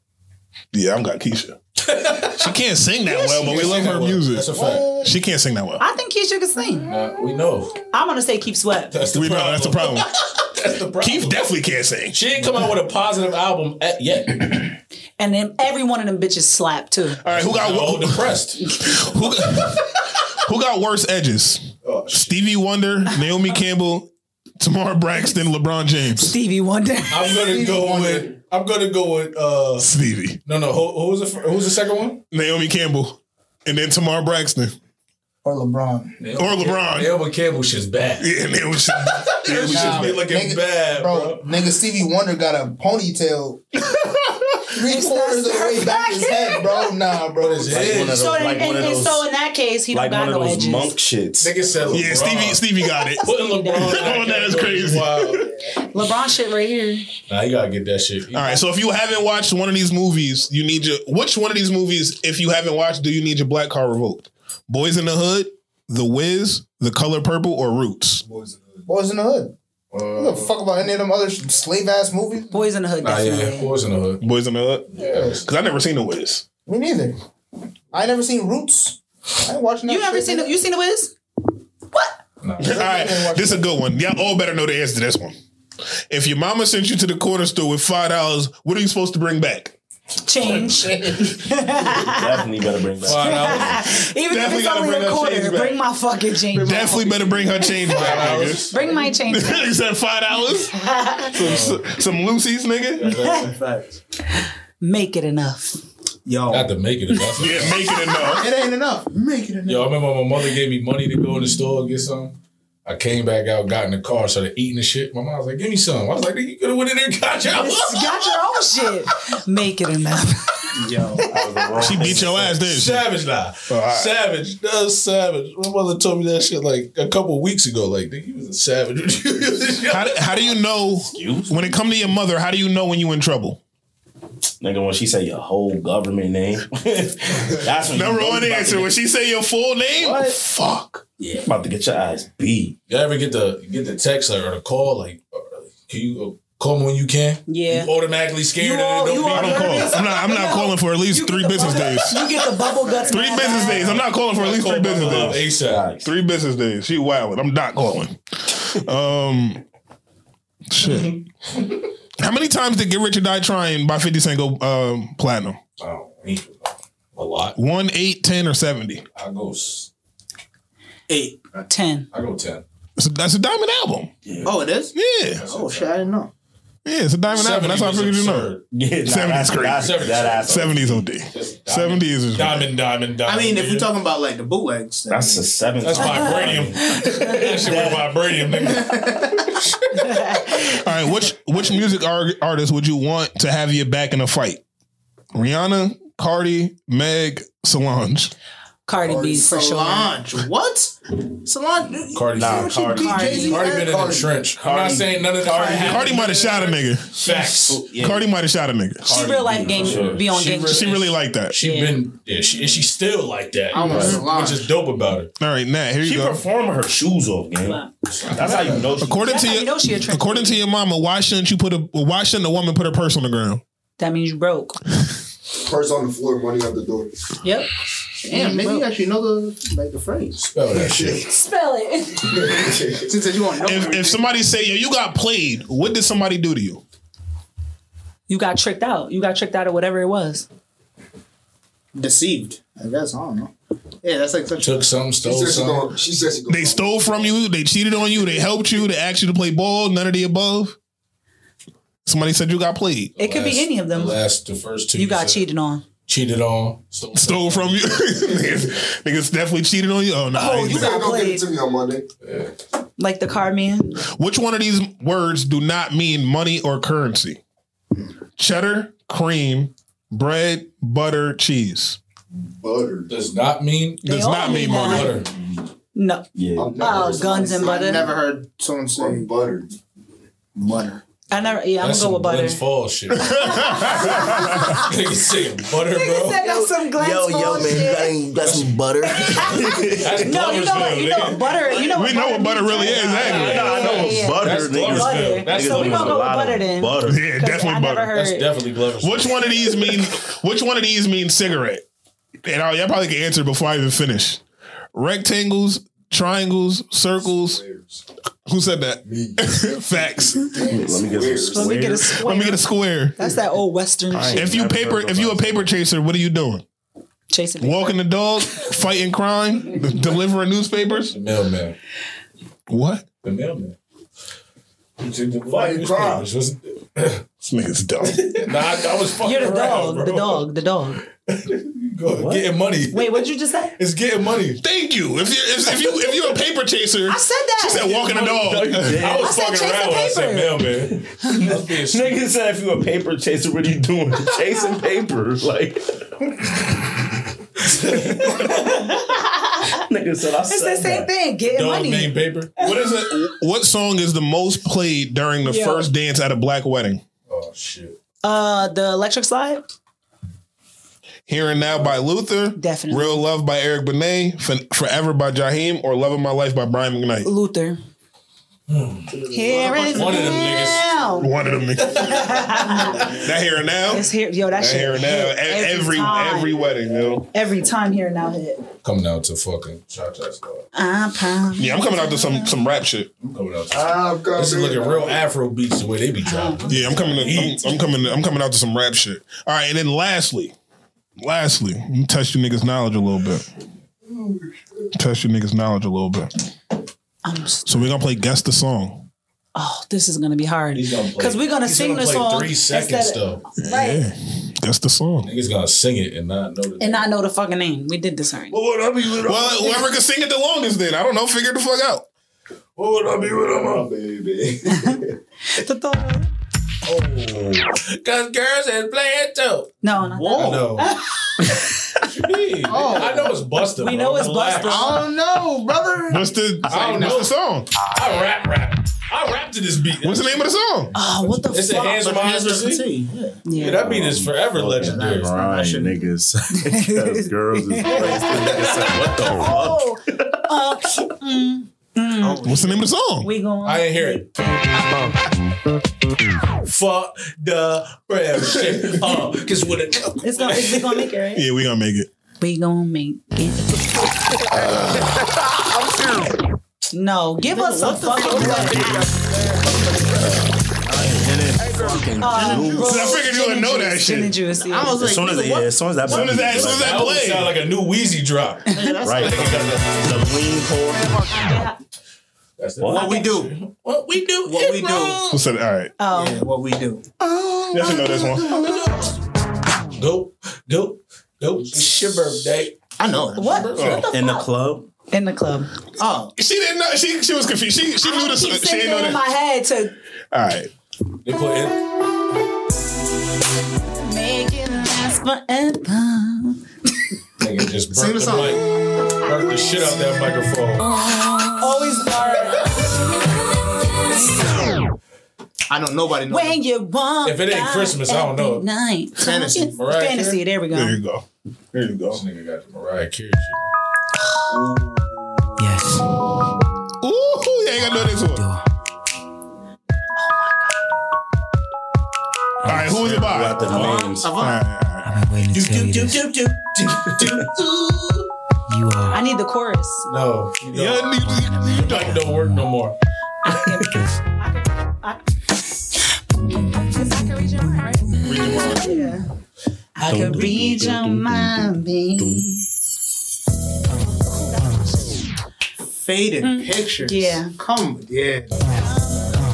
Speaker 1: Yeah, I'm got Keisha. she can't sing that well, but we love her music. That's a fact. She can't sing that well.
Speaker 6: I think Keisha can sing.
Speaker 7: we know.
Speaker 6: I'm gonna say Keep Sweat.
Speaker 1: we know that's the problem.
Speaker 7: That's the problem.
Speaker 1: Keith definitely can't sing.
Speaker 7: She ain't come out with a positive album at, yet.
Speaker 6: And then every one of them bitches slap too. All
Speaker 1: right, who got
Speaker 7: Oh, depressed.
Speaker 1: who, got, who got worse edges? Stevie Wonder, Naomi Campbell, Tamar Braxton, LeBron James.
Speaker 6: Stevie Wonder.
Speaker 7: I'm gonna go with. I'm gonna go with uh
Speaker 1: Stevie.
Speaker 7: No, no. Who, who's the fir- who's the second one?
Speaker 1: Naomi Campbell, and then Tamar Braxton.
Speaker 12: Or LeBron.
Speaker 1: Or LeBron.
Speaker 7: Naomi Campbell shit's bad.
Speaker 1: Yeah, Naomi shit's
Speaker 7: Naomi shit's be looking bad, bro.
Speaker 12: Nigga Stevie Wonder got a ponytail three quarters of the way back his head, bro. Nah, bro.
Speaker 6: So, and, and- and so in that case, he don't got no edges.
Speaker 8: shits.
Speaker 7: Nigga said LeBron.
Speaker 1: Yeah, Stevie Stevie got it.
Speaker 7: Putting LeBron.
Speaker 1: Oh, that is crazy.
Speaker 6: LeBron shit right here.
Speaker 7: Nah, you gotta get that shit.
Speaker 1: All right, so if you haven't watched one of these movies, you need your which one of these movies, if you haven't watched, do you need your black car revoked? Boys in the Hood, The Wiz, The Color Purple, or Roots?
Speaker 12: Boys in the Hood.
Speaker 7: Uh,
Speaker 12: Who the fuck about any of them other slave ass movies?
Speaker 6: Boys in the Hood,
Speaker 1: Oh,
Speaker 7: Boys in the Hood.
Speaker 1: Boys in the Hood. Yeah, because I never seen The Wiz.
Speaker 12: Me neither. I never seen Roots. I ain't watching that.
Speaker 6: You ever
Speaker 12: shit.
Speaker 6: seen the, you seen the Wiz?
Speaker 1: all right, this is a good one. Y'all all better know the answer to this one. If your mama sent you to the corner store with five dollars, what are you supposed to bring back?
Speaker 6: Change.
Speaker 8: Definitely better bring back.
Speaker 6: Even if
Speaker 1: Definitely
Speaker 6: it's
Speaker 1: gotta
Speaker 6: only
Speaker 1: bring
Speaker 6: a
Speaker 1: her
Speaker 6: quarter,
Speaker 1: change back.
Speaker 6: bring my fucking change.
Speaker 1: Definitely better bring her change back. nigga.
Speaker 6: Bring my change.
Speaker 1: He said five dollars. some, some Lucy's, nigga.
Speaker 6: Make it enough.
Speaker 1: Oh.
Speaker 7: Yo, not to make it enough.
Speaker 1: yeah, make it enough.
Speaker 12: It ain't enough. Make it enough.
Speaker 7: Yo, I remember when my mother gave me money to go in the store and get some. I came back out, got in the car, started eating the shit. My mom was like, "Give me some." I was like, "You could have went in there and got your."
Speaker 6: Just got your own shit. Make it enough.
Speaker 7: Yo,
Speaker 1: she beat your ass, didn't she?
Speaker 7: Savage, nah. Savage, that was savage. My mother told me that shit like a couple weeks ago. Like, nigga, you was a savage.
Speaker 1: how, do- how do you know when it come to your mother? How do you know when you in trouble?
Speaker 8: Nigga, when she say your whole government name, that's when
Speaker 1: Number
Speaker 8: you know
Speaker 1: one
Speaker 8: you about to
Speaker 1: answer
Speaker 8: get-
Speaker 1: when she say your full name. Fuck.
Speaker 8: Yeah, about to get your ass beat.
Speaker 7: You ever get the get the text like, or the call like, uh, can you uh, call me when you can?
Speaker 6: Yeah.
Speaker 7: You automatically scared and it don't be.
Speaker 1: I don't call. I'm not. I'm not calling for at least three business days.
Speaker 6: You get the bubble guts.
Speaker 1: Three business days. I'm not calling for at least three business days.
Speaker 7: ASAP.
Speaker 1: Three business days. She wilding. I'm not calling. Um, shit. How many times did Get Rich or Die Trying by 50 Cent go um, platinum?
Speaker 7: Oh, a lot.
Speaker 1: One, eight, ten, or 70?
Speaker 7: I go s-
Speaker 5: Eight.
Speaker 6: Ten.
Speaker 7: I go ten.
Speaker 1: That's a, that's a diamond album.
Speaker 5: Oh, it is?
Speaker 1: Yeah.
Speaker 5: Oh, shit, I didn't know.
Speaker 1: Yeah, it's a diamond album.
Speaker 7: 70
Speaker 1: That's how I
Speaker 7: was
Speaker 1: figured you know.
Speaker 7: absurd.
Speaker 8: Yeah, nah,
Speaker 1: 70 is
Speaker 8: that's- that's-
Speaker 1: crazy.
Speaker 8: that ass-
Speaker 1: 70s OD. 70s is
Speaker 7: diamond, diamond,
Speaker 5: I
Speaker 7: diamond.
Speaker 5: mean, if
Speaker 7: nigga.
Speaker 5: we're talking about like the bootlegs,
Speaker 8: That's a seven.
Speaker 7: That's vibranium. that shit was vibranium, nigga.
Speaker 1: All right, which which music ar- artist would you want to have your back in a fight? Rihanna, Cardi, Meg, Solange.
Speaker 6: Cardi B for
Speaker 5: Solange.
Speaker 6: sure.
Speaker 5: What? Solange.
Speaker 7: Cardi,
Speaker 5: Nah, Cardi.
Speaker 7: Cardi, Cardi been in the trench. I'm not saying none of that.
Speaker 1: Cardi, might have shot a nigga.
Speaker 7: Facts.
Speaker 1: Cardi might have shot a nigga.
Speaker 6: She real life gang be on
Speaker 7: She
Speaker 6: gang.
Speaker 7: really-
Speaker 1: She really liked that.
Speaker 7: She been yeah, she, and she's still like that.
Speaker 1: I'm a
Speaker 7: Right.
Speaker 1: salon.
Speaker 7: Which is dope about it.
Speaker 1: All right, Nat, here you
Speaker 7: She
Speaker 1: go.
Speaker 7: performing her shoes off,
Speaker 8: man.
Speaker 7: That's how you know.
Speaker 1: According to your, according to your mama, why shouldn't you put a why shouldn't a woman put her purse on the ground?
Speaker 6: That means you broke.
Speaker 9: Purse on the floor, money out the door.
Speaker 6: Yep.
Speaker 5: Damn, maybe you actually know the like the phrase.
Speaker 6: Oh,
Speaker 7: Spell
Speaker 9: that shit.
Speaker 6: Spell it.
Speaker 5: Since you want to know
Speaker 1: If, if somebody say yo, you got played, what did somebody do to you?
Speaker 6: You got tricked out. You got tricked out of whatever it was.
Speaker 5: deceived. I guess I don't know. Yeah, that's like such
Speaker 7: took some
Speaker 1: stole She said she some. gonna-
Speaker 9: She said she
Speaker 1: They stole from you. They cheated on you. They helped you. They asked you to play ball. None of the above. Somebody said you got played.
Speaker 6: It could be any of them.
Speaker 7: The last, the first two.
Speaker 6: You got cheated on.
Speaker 7: cheated on. Stole,
Speaker 1: from you. niggas, niggas definitely cheated on you. Oh no!
Speaker 6: Oh, you got
Speaker 9: Don't give it
Speaker 6: played.
Speaker 9: to me on Monday.
Speaker 6: Like the car man.
Speaker 1: Which one of these words do not mean money or currency? Cheddar, cream, bread, butter, cheese.
Speaker 9: Butter
Speaker 7: does not mean
Speaker 1: They does all not mean mean money. that.
Speaker 6: No.
Speaker 1: Yeah.
Speaker 6: Oh, guns and butter.
Speaker 5: I've never heard someone say
Speaker 9: butter.
Speaker 5: Butter.
Speaker 6: I never. Yeah, I'm gonna
Speaker 7: That's
Speaker 6: go with
Speaker 7: some
Speaker 6: butter.
Speaker 7: Glens Falls shit. Niggas saying butter, bro.
Speaker 6: that's some
Speaker 7: Yo, yo, man, you got
Speaker 8: any- got some butter?
Speaker 7: That's
Speaker 6: No, you know what? You know what butter. You know
Speaker 1: we
Speaker 6: what
Speaker 1: know what butter really is.
Speaker 6: Yeah,
Speaker 1: Exactly.
Speaker 6: yeah, yeah, yeah.
Speaker 8: Butter, niggas.
Speaker 6: Butter.
Speaker 8: Niggas
Speaker 6: So we
Speaker 8: knows
Speaker 6: gonna go
Speaker 8: a
Speaker 6: with
Speaker 8: lot of
Speaker 6: butter then.
Speaker 8: Butter.
Speaker 1: Yeah, definitely
Speaker 6: never
Speaker 1: butter.
Speaker 6: heard- That's
Speaker 7: definitely Glover's.
Speaker 1: Which one of these mean? Which one of these means cigarette? And I, y'all probably can answer before I even finish. Rectangles, triangles, circles. Who said that? Facts.
Speaker 8: Let me get some squares.
Speaker 6: Let me get a square.
Speaker 1: Let me get a square.
Speaker 6: That's that old Western shit.
Speaker 1: If you paper, if you a paper chaser, what are you doing?
Speaker 6: Chasing the
Speaker 1: Walking the dog, fighting crime, d- delivering newspapers.
Speaker 7: Mailman.
Speaker 1: What?
Speaker 7: The mailman.
Speaker 9: Fighting crime.
Speaker 7: This
Speaker 1: nigga's dumb.
Speaker 7: Nah, I, I was fucking
Speaker 6: You're the
Speaker 7: around,
Speaker 6: dog.
Speaker 7: bro.
Speaker 6: The dog. The dog.
Speaker 7: Go, getting money.
Speaker 6: Wait, what did you just say?
Speaker 7: It's getting money.
Speaker 1: Thank you. If you if, if you if you're a paper chaser,
Speaker 6: I said that.
Speaker 1: She said walking a dog.
Speaker 7: I was
Speaker 6: said
Speaker 7: fucking
Speaker 6: chase the
Speaker 7: around when I said
Speaker 6: paper.
Speaker 7: mailman. Nigga
Speaker 8: said if you a paper chaser, what are you doing? Chasing paper. Like Nigga said I
Speaker 6: It's the same thing. Getting
Speaker 1: Dog
Speaker 6: money.
Speaker 1: name paper. What is it? What song is the most played during the
Speaker 6: Yeah.
Speaker 1: first dance at a black wedding?
Speaker 6: Uh, the electric slide.
Speaker 1: Here and Now by Luther.
Speaker 6: Definitely.
Speaker 1: Real Love by Eric Benet. F- Forever by Jaheim. Or Loving My Life by Brian McKnight.
Speaker 6: Luther. Here and
Speaker 1: One of them
Speaker 6: now.
Speaker 1: One of them. that Here and Now.
Speaker 6: It's here. Yo, that,
Speaker 1: That
Speaker 6: shit.
Speaker 1: Here and Now.
Speaker 6: hit
Speaker 1: E- Every,
Speaker 6: time.
Speaker 1: every, wedding, yo.
Speaker 6: Every time here and now hit.
Speaker 7: Coming out to fucking shot that stuff.
Speaker 6: I'm proud.
Speaker 1: Yeah, I'm coming out to some, some rap shit.
Speaker 7: I'm coming out.
Speaker 5: Uh,
Speaker 9: I'm
Speaker 7: To, this is looking real Afro beats the way they be dropping.
Speaker 1: Yeah, I'm coming. To, I'm, I'm coming. I'm coming out to some rap shit. All right, and then lastly, lastly, let me test your niggas' knowledge a little bit. Test your niggas' knowledge a little bit. So we're gonna play guess the song.
Speaker 6: Oh, this is gonna be hard. Because we're gonna
Speaker 7: He's
Speaker 6: sing
Speaker 7: gonna
Speaker 6: the
Speaker 7: play
Speaker 6: song.
Speaker 7: Three seconds
Speaker 6: instead
Speaker 7: though.
Speaker 6: of- Right.
Speaker 1: Yeah, guess the song.
Speaker 7: Niggas gonna sing it and not know the
Speaker 6: And I know the fucking name. We did this already.
Speaker 7: What would I be with?
Speaker 1: Well, whoever can sing it the longest, then I don't know. Figure the fuck out.
Speaker 7: What would I be with?
Speaker 9: My baby.
Speaker 7: Cause girls is playing too.
Speaker 6: No, not
Speaker 7: Whoa. what you mean? I know it's Busta.
Speaker 6: Oh. We
Speaker 7: bro.
Speaker 6: know it's
Speaker 7: Relax.
Speaker 6: Busta.
Speaker 5: I don't know, brother.
Speaker 1: What's the?
Speaker 7: I don't
Speaker 1: what's
Speaker 7: know.
Speaker 1: the song?
Speaker 7: I rap, rap. I rap to this beat.
Speaker 1: What's the name of the song?
Speaker 6: Oh, what the
Speaker 7: It's a
Speaker 6: fuck?
Speaker 7: hands with my eyes.
Speaker 5: Hands
Speaker 7: to
Speaker 5: with
Speaker 7: see.
Speaker 5: tea, yeah.
Speaker 7: Yeah, that beat is forever legendary.
Speaker 8: Right, niggas. 'Cause girls is crazy. What the fuck?
Speaker 6: Oh, uh, mm, mm.
Speaker 1: What's the name of the song?
Speaker 6: we going.
Speaker 7: I ain't hear it. Fuck the real shit. Uh, cause with a
Speaker 6: It's gonna. It's, we gonna make it. Right?
Speaker 1: Yeah, we gonna make it.
Speaker 6: We gonna make it. No, give us some fucking weapon.
Speaker 8: And then fucking
Speaker 6: Uh,
Speaker 8: juice.
Speaker 1: I figured you would know that
Speaker 6: Gin
Speaker 1: shit.
Speaker 6: and juice. yeah.
Speaker 5: I was like,
Speaker 8: As soon as,
Speaker 5: nigga,
Speaker 8: yeah,
Speaker 5: what?
Speaker 8: as soon as that,
Speaker 1: soon as that- as soon as
Speaker 7: that would
Speaker 1: Blade.
Speaker 7: sound like a new Wheezy drop.
Speaker 8: right, the lean pour.
Speaker 7: That's
Speaker 8: What?
Speaker 5: What we do?
Speaker 7: What we do?
Speaker 5: What we do?
Speaker 1: What's that? All right.
Speaker 6: Oh,
Speaker 5: Yeah, what we do?
Speaker 1: Y'all should know this one.
Speaker 7: Go, go, go. It's your birthday.
Speaker 5: I know. that.
Speaker 6: what?
Speaker 1: Oh.
Speaker 6: What the
Speaker 8: in the
Speaker 6: fuck?
Speaker 8: club.
Speaker 6: In the club.
Speaker 5: Oh,
Speaker 1: She didn't know. She she was confused. She she knew
Speaker 6: I
Speaker 1: this.
Speaker 6: keep
Speaker 1: She
Speaker 6: singing
Speaker 1: didn't know
Speaker 6: it in my
Speaker 1: that.
Speaker 6: head to
Speaker 1: All right.
Speaker 7: They put in.
Speaker 6: Make it last forever.
Speaker 7: Nigga, Just burnt the Oh. mic. Burnt the shit out that microphone.
Speaker 6: Always are.
Speaker 5: I don't. Nobody knows.
Speaker 6: When you want.
Speaker 7: If it ain't
Speaker 6: God
Speaker 7: Christmas, I don't know.
Speaker 6: every Night.
Speaker 7: Fantasy. Mariah Carey?
Speaker 6: Fantasy. There we go.
Speaker 7: There you go. There you go. This nigga got the Mariah Carey shit.
Speaker 1: Yes. Ooh, you ain't gonna do this one. All right, who is it by?
Speaker 8: Got the names.
Speaker 1: I've
Speaker 13: been waiting to tell you this. You are
Speaker 6: I need the chorus.
Speaker 7: No. You don't, you, don't, don't work no more.
Speaker 6: I could read your mind, baby.
Speaker 5: Faded pictures. Yeah. Come on. Yeah.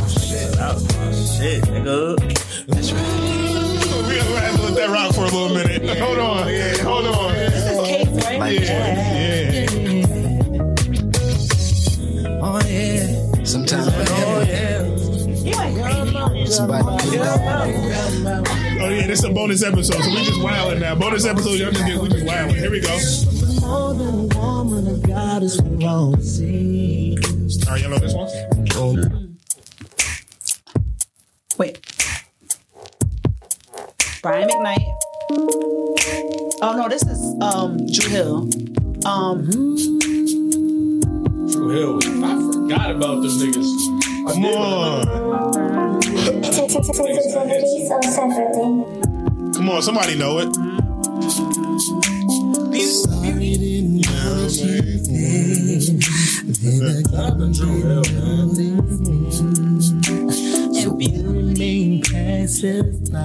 Speaker 8: Shit, that was my shit, nigga.
Speaker 1: We gonna have to let that rock for a little minute. Hold on. Hold on. This
Speaker 6: is cake, right?
Speaker 1: Yeah. yeah.
Speaker 13: Oh yeah. Sometimes I have Somebody put it on.
Speaker 1: Oh yeah, this is a bonus episode, so we just wilding now. Bonus episode, y'all just get we just wilding. Here we go.
Speaker 13: More than a woman of God is wrong. See.
Speaker 1: All right, y'all know this one.
Speaker 6: Brian McKnight. Oh no, this is um Drew Hill. Um
Speaker 7: Drew Hill. I forgot about them niggas. Come on.
Speaker 1: Come on, somebody know it.
Speaker 13: Evening passes by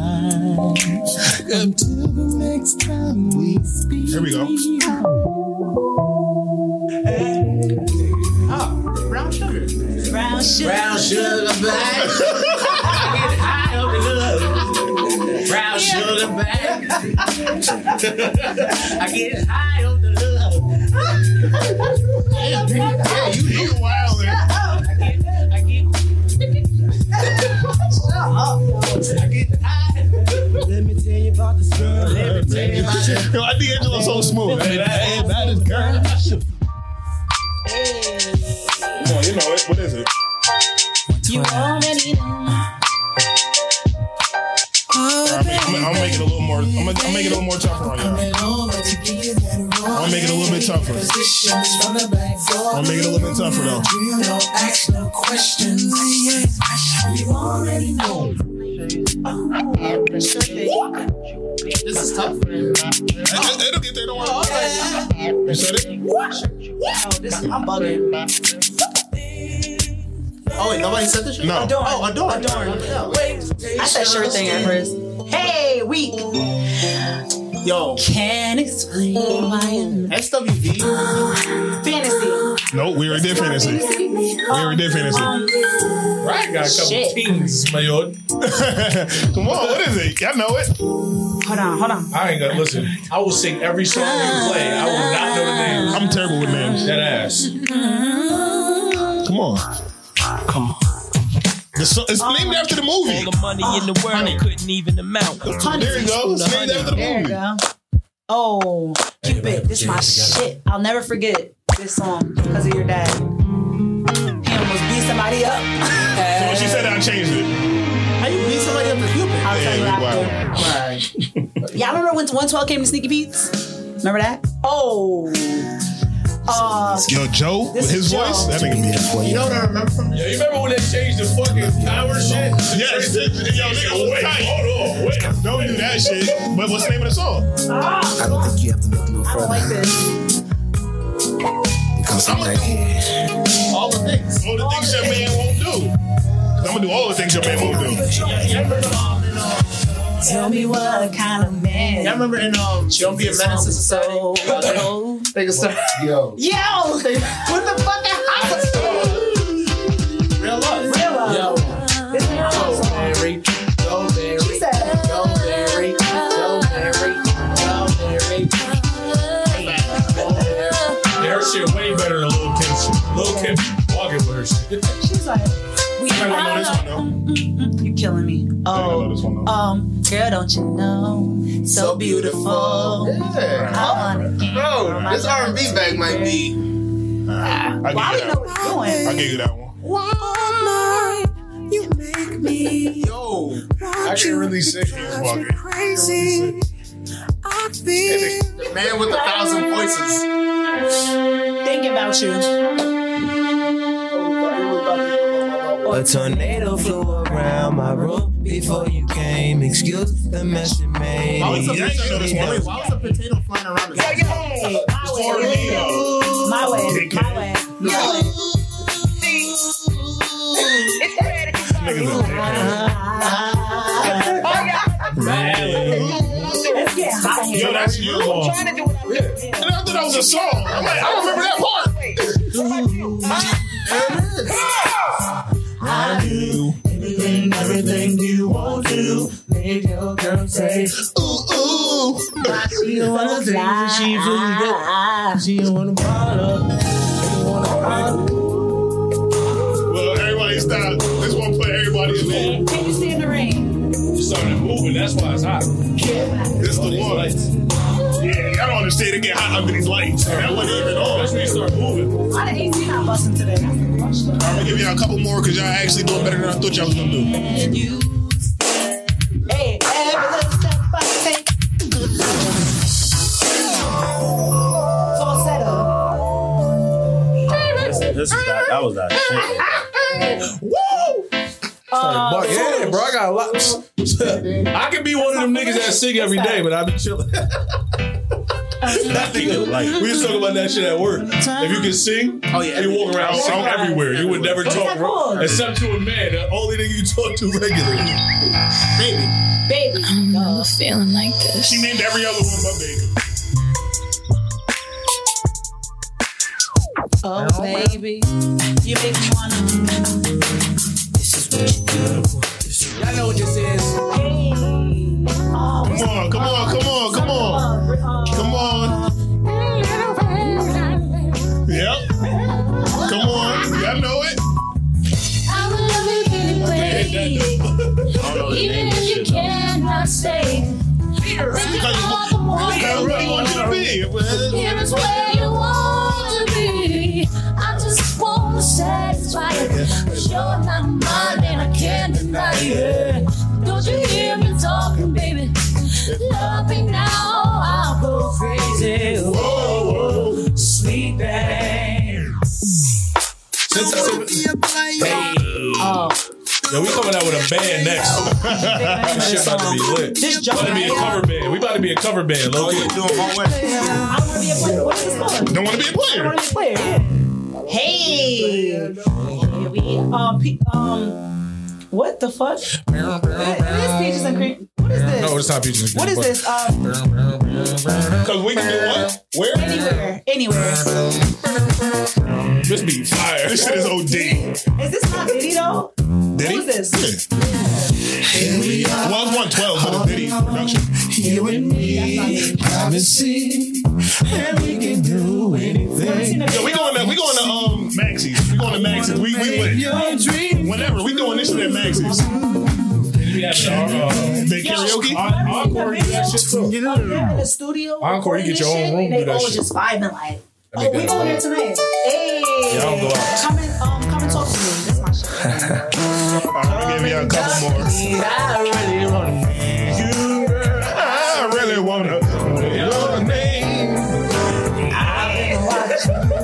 Speaker 13: until the next time we speak.
Speaker 1: Here we go.
Speaker 5: Oh, brown sugar.
Speaker 6: Brown sugar.
Speaker 5: Brown sugar black. I get high on the love. Brown sugar black. I get high on the love. yeah, you
Speaker 1: you wild.
Speaker 5: I get. I get high.
Speaker 13: Let me tell you about this girl. Let me tell you about this
Speaker 1: Yo, I think Angelo's so smooth. Hey, that, that is girl. Come on, you know it. What is it?
Speaker 6: You already
Speaker 1: All right, I'm, I'm, I'm making it a little more. I'm, gonna- I'm making it a little more tougher on y'all. I'll make it a little bit tougher. I'll make it a little bit tougher though.
Speaker 5: This is tough.
Speaker 1: It'll get there. Don't worry. You said it.
Speaker 6: Oh, this I'm bugging.
Speaker 5: Oh wait, nobody said this. Shit?
Speaker 1: No.
Speaker 5: Adorn. Oh, adorn. Adorn.
Speaker 6: I said sure thing at first. Hey, weak.
Speaker 5: Yo.
Speaker 6: Can't explain why.
Speaker 5: SWV.
Speaker 6: Fantasy.
Speaker 1: Nope, we were did fantasy. We were did fantasy.
Speaker 7: Right, got a couple
Speaker 6: Shit.
Speaker 7: things, my lord.
Speaker 1: Come on, what is it? Y'all know it.
Speaker 6: Hold on, hold on.
Speaker 7: I ain't gonna listen. I will sing every song you play. I will not know the names.
Speaker 1: I'm terrible with names.
Speaker 7: That ass.
Speaker 1: Come on. Come on. The so- it's named after the movie.
Speaker 4: All the money in the world couldn't even amount.
Speaker 1: There you go. It's named after the
Speaker 6: There you
Speaker 1: movie.
Speaker 6: go. Oh, Cupid, this is my shit. I'll never forget this song because of your dad. He almost beat somebody up.
Speaker 1: So when she said that, I changed it.
Speaker 5: How you beat somebody up to Cupid?
Speaker 6: I'll tell you
Speaker 1: Yeah,
Speaker 6: after.
Speaker 1: wow.
Speaker 6: Yeah, I remember when 112 came to Sneaky Beats. Remember that? Oh. Uh,
Speaker 1: Yo, Joe, with his voice, that nigga be
Speaker 5: You know what I remember from
Speaker 7: Yo, you remember when they changed the fucking power shit?
Speaker 1: Yes, yo, nigga, was
Speaker 7: Wait,
Speaker 1: tight.
Speaker 7: hold on, wait.
Speaker 1: Don't do that shit. But what's the name of the song?
Speaker 13: I don't think you have to look no
Speaker 6: I don't
Speaker 13: further
Speaker 6: like this.
Speaker 13: because I'm right here.
Speaker 5: all the things?
Speaker 1: All the things your man won't do. I'm gonna do all the things your man won't do.
Speaker 6: Tell me what kind of
Speaker 5: Yeah,
Speaker 6: man.
Speaker 5: I remember in um, Don't Be a Menace to Society.
Speaker 6: Oh.
Speaker 5: They could start.
Speaker 9: Yo,
Speaker 6: Yo!
Speaker 5: They, what the fuck happened? Real love.
Speaker 6: Real love.
Speaker 5: Yo.
Speaker 6: This is my
Speaker 5: Yo,
Speaker 6: song.
Speaker 5: Mary. Yo, Mary.
Speaker 6: She said-
Speaker 5: Yo, Mary. Yo, Mary. Yo, Mary.
Speaker 7: Yeah, Her shit way better than Lil Kim. shit. Lil Kim walking with her shit.
Speaker 6: She's like, we
Speaker 1: I don't know this one though.
Speaker 6: You killing me.
Speaker 1: I don't know
Speaker 6: Oh.
Speaker 1: this one though.
Speaker 6: Um, girl, don't you know? So beautiful.
Speaker 5: Yeah.
Speaker 6: I wanna
Speaker 5: Bro,
Speaker 1: right.
Speaker 13: This R&B bag might be.
Speaker 1: I give you that. one. I give you that one.
Speaker 5: You make me. Yo,
Speaker 7: I can really sing. Fuck it.
Speaker 5: crazy. I feel
Speaker 13: The man with a thousand voices.
Speaker 6: Think about you.
Speaker 14: A tornado flew around my room before you came. Excuse the mess you made.
Speaker 13: Why was a
Speaker 14: Yeah, you know this one.
Speaker 13: potato- why was a potato flying around the
Speaker 6: Hey, hey, my way. My way. My way. My way. Let's get hot here.
Speaker 1: Yo, that's you. And I thought that was a song. I'm like, I don't remember that part.
Speaker 5: I do everything, everything you want to. Make your girl say, ooh, ooh. She don't wanna dance, and she feels good. She don't wanna bottle. She don't wanna bottle.
Speaker 1: Well, everybody stop. This one put everybody in there.
Speaker 6: Can you see in the rain?
Speaker 1: You started moving, that's why it's hot. This the one. Yeah, I don't understand it get hot under these lights. That wasn't even on. That's when you start moving.
Speaker 6: Why did AC not busting today?
Speaker 1: I'm gonna give y'all a couple more because y'all actually doing better than I thought y'all was gonna do.
Speaker 6: Hey, every little step I take. Falsetto.
Speaker 8: This, this is that, that was that shit.
Speaker 7: Woo!
Speaker 6: Uh,
Speaker 7: Fuck yeah, bro. I got a lot. I could be one of them niggas that sing every day, but I be chilling. That nigga, like, we just talk about that shit at work. If you can sing, oh, yeah, you walk around
Speaker 1: everywhere.
Speaker 7: song everywhere. You would never
Speaker 1: What's
Speaker 7: talk
Speaker 1: that called?
Speaker 7: except to a man. The only thing you talk to regularly. Baby.
Speaker 6: Baby. I'm
Speaker 15: not feeling like this.
Speaker 1: She named every other one but Baker.
Speaker 6: Oh, baby. You make me wanna.
Speaker 14: Y'all know what this is.
Speaker 1: Come on, come on, come on, come on. Come on. Yep. Come on. Y'all know it.
Speaker 5: I will love you anyway. Even if you cannot stay. Here is
Speaker 1: where you want to be.
Speaker 5: where you want to be. I just want to satisfy you. But you're not mine and I can't deny you. Don't you hear me talking, baby? Love me now, I'll go crazy. Whoa, whoa, sweet babe.
Speaker 6: Oh.
Speaker 7: Yo, we coming out with a band next. this shit about to be lit.
Speaker 6: This
Speaker 7: about to be a cover band. We about to be a cover band, low key.
Speaker 6: I wanna be a player. What is this called?
Speaker 7: Don't wanna be a
Speaker 6: I
Speaker 7: player.
Speaker 6: wanna be a player, yeah. Hey. Here we um pe- um what the fuck? Is this peaches and cream? What is this?
Speaker 7: No, it's not Peaches and Cream,
Speaker 6: What is
Speaker 7: but-
Speaker 6: this? Um,
Speaker 7: Cause we can do what? Where?
Speaker 6: Anywhere. Anywhere.
Speaker 7: This be fire. This shit is OD.
Speaker 6: Is this not Diddy though?
Speaker 1: Diddy?
Speaker 6: Who is this?
Speaker 1: Well, it's 112 for the Diddy production.
Speaker 5: You and me, privacy, and we can do anything.
Speaker 1: Yo, we going to we going to um Maxis. We going to Maxis. We we lit. Whenever we doing this shit at Maxis. The karaoke.
Speaker 6: Encore, yeah, in the studio.
Speaker 1: Encore, you get your own room,
Speaker 6: They
Speaker 1: do that
Speaker 6: always
Speaker 1: shit.
Speaker 6: just vibing like,
Speaker 1: I think
Speaker 6: oh, we
Speaker 1: that's
Speaker 6: going here
Speaker 1: right.
Speaker 6: tonight. Hey,
Speaker 1: Yeah, I don't go out.
Speaker 6: come and um, come and talk to me. That's my shit.
Speaker 1: I'm gonna give you a couple more. I really wanna know your name.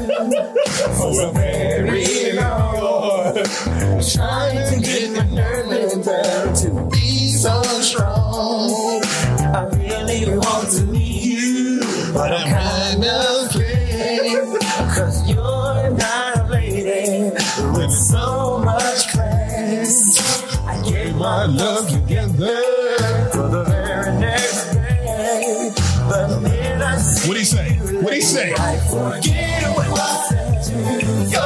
Speaker 1: For very long.
Speaker 5: Trying to get my nerve down to be so strong. I really want to meet you, but I'm kind of afraid. Cause you're not a lady with so much class. I gave my love together for the very next day. But then I see
Speaker 1: What'd he say? What'd he say?
Speaker 5: I forget what I said to you.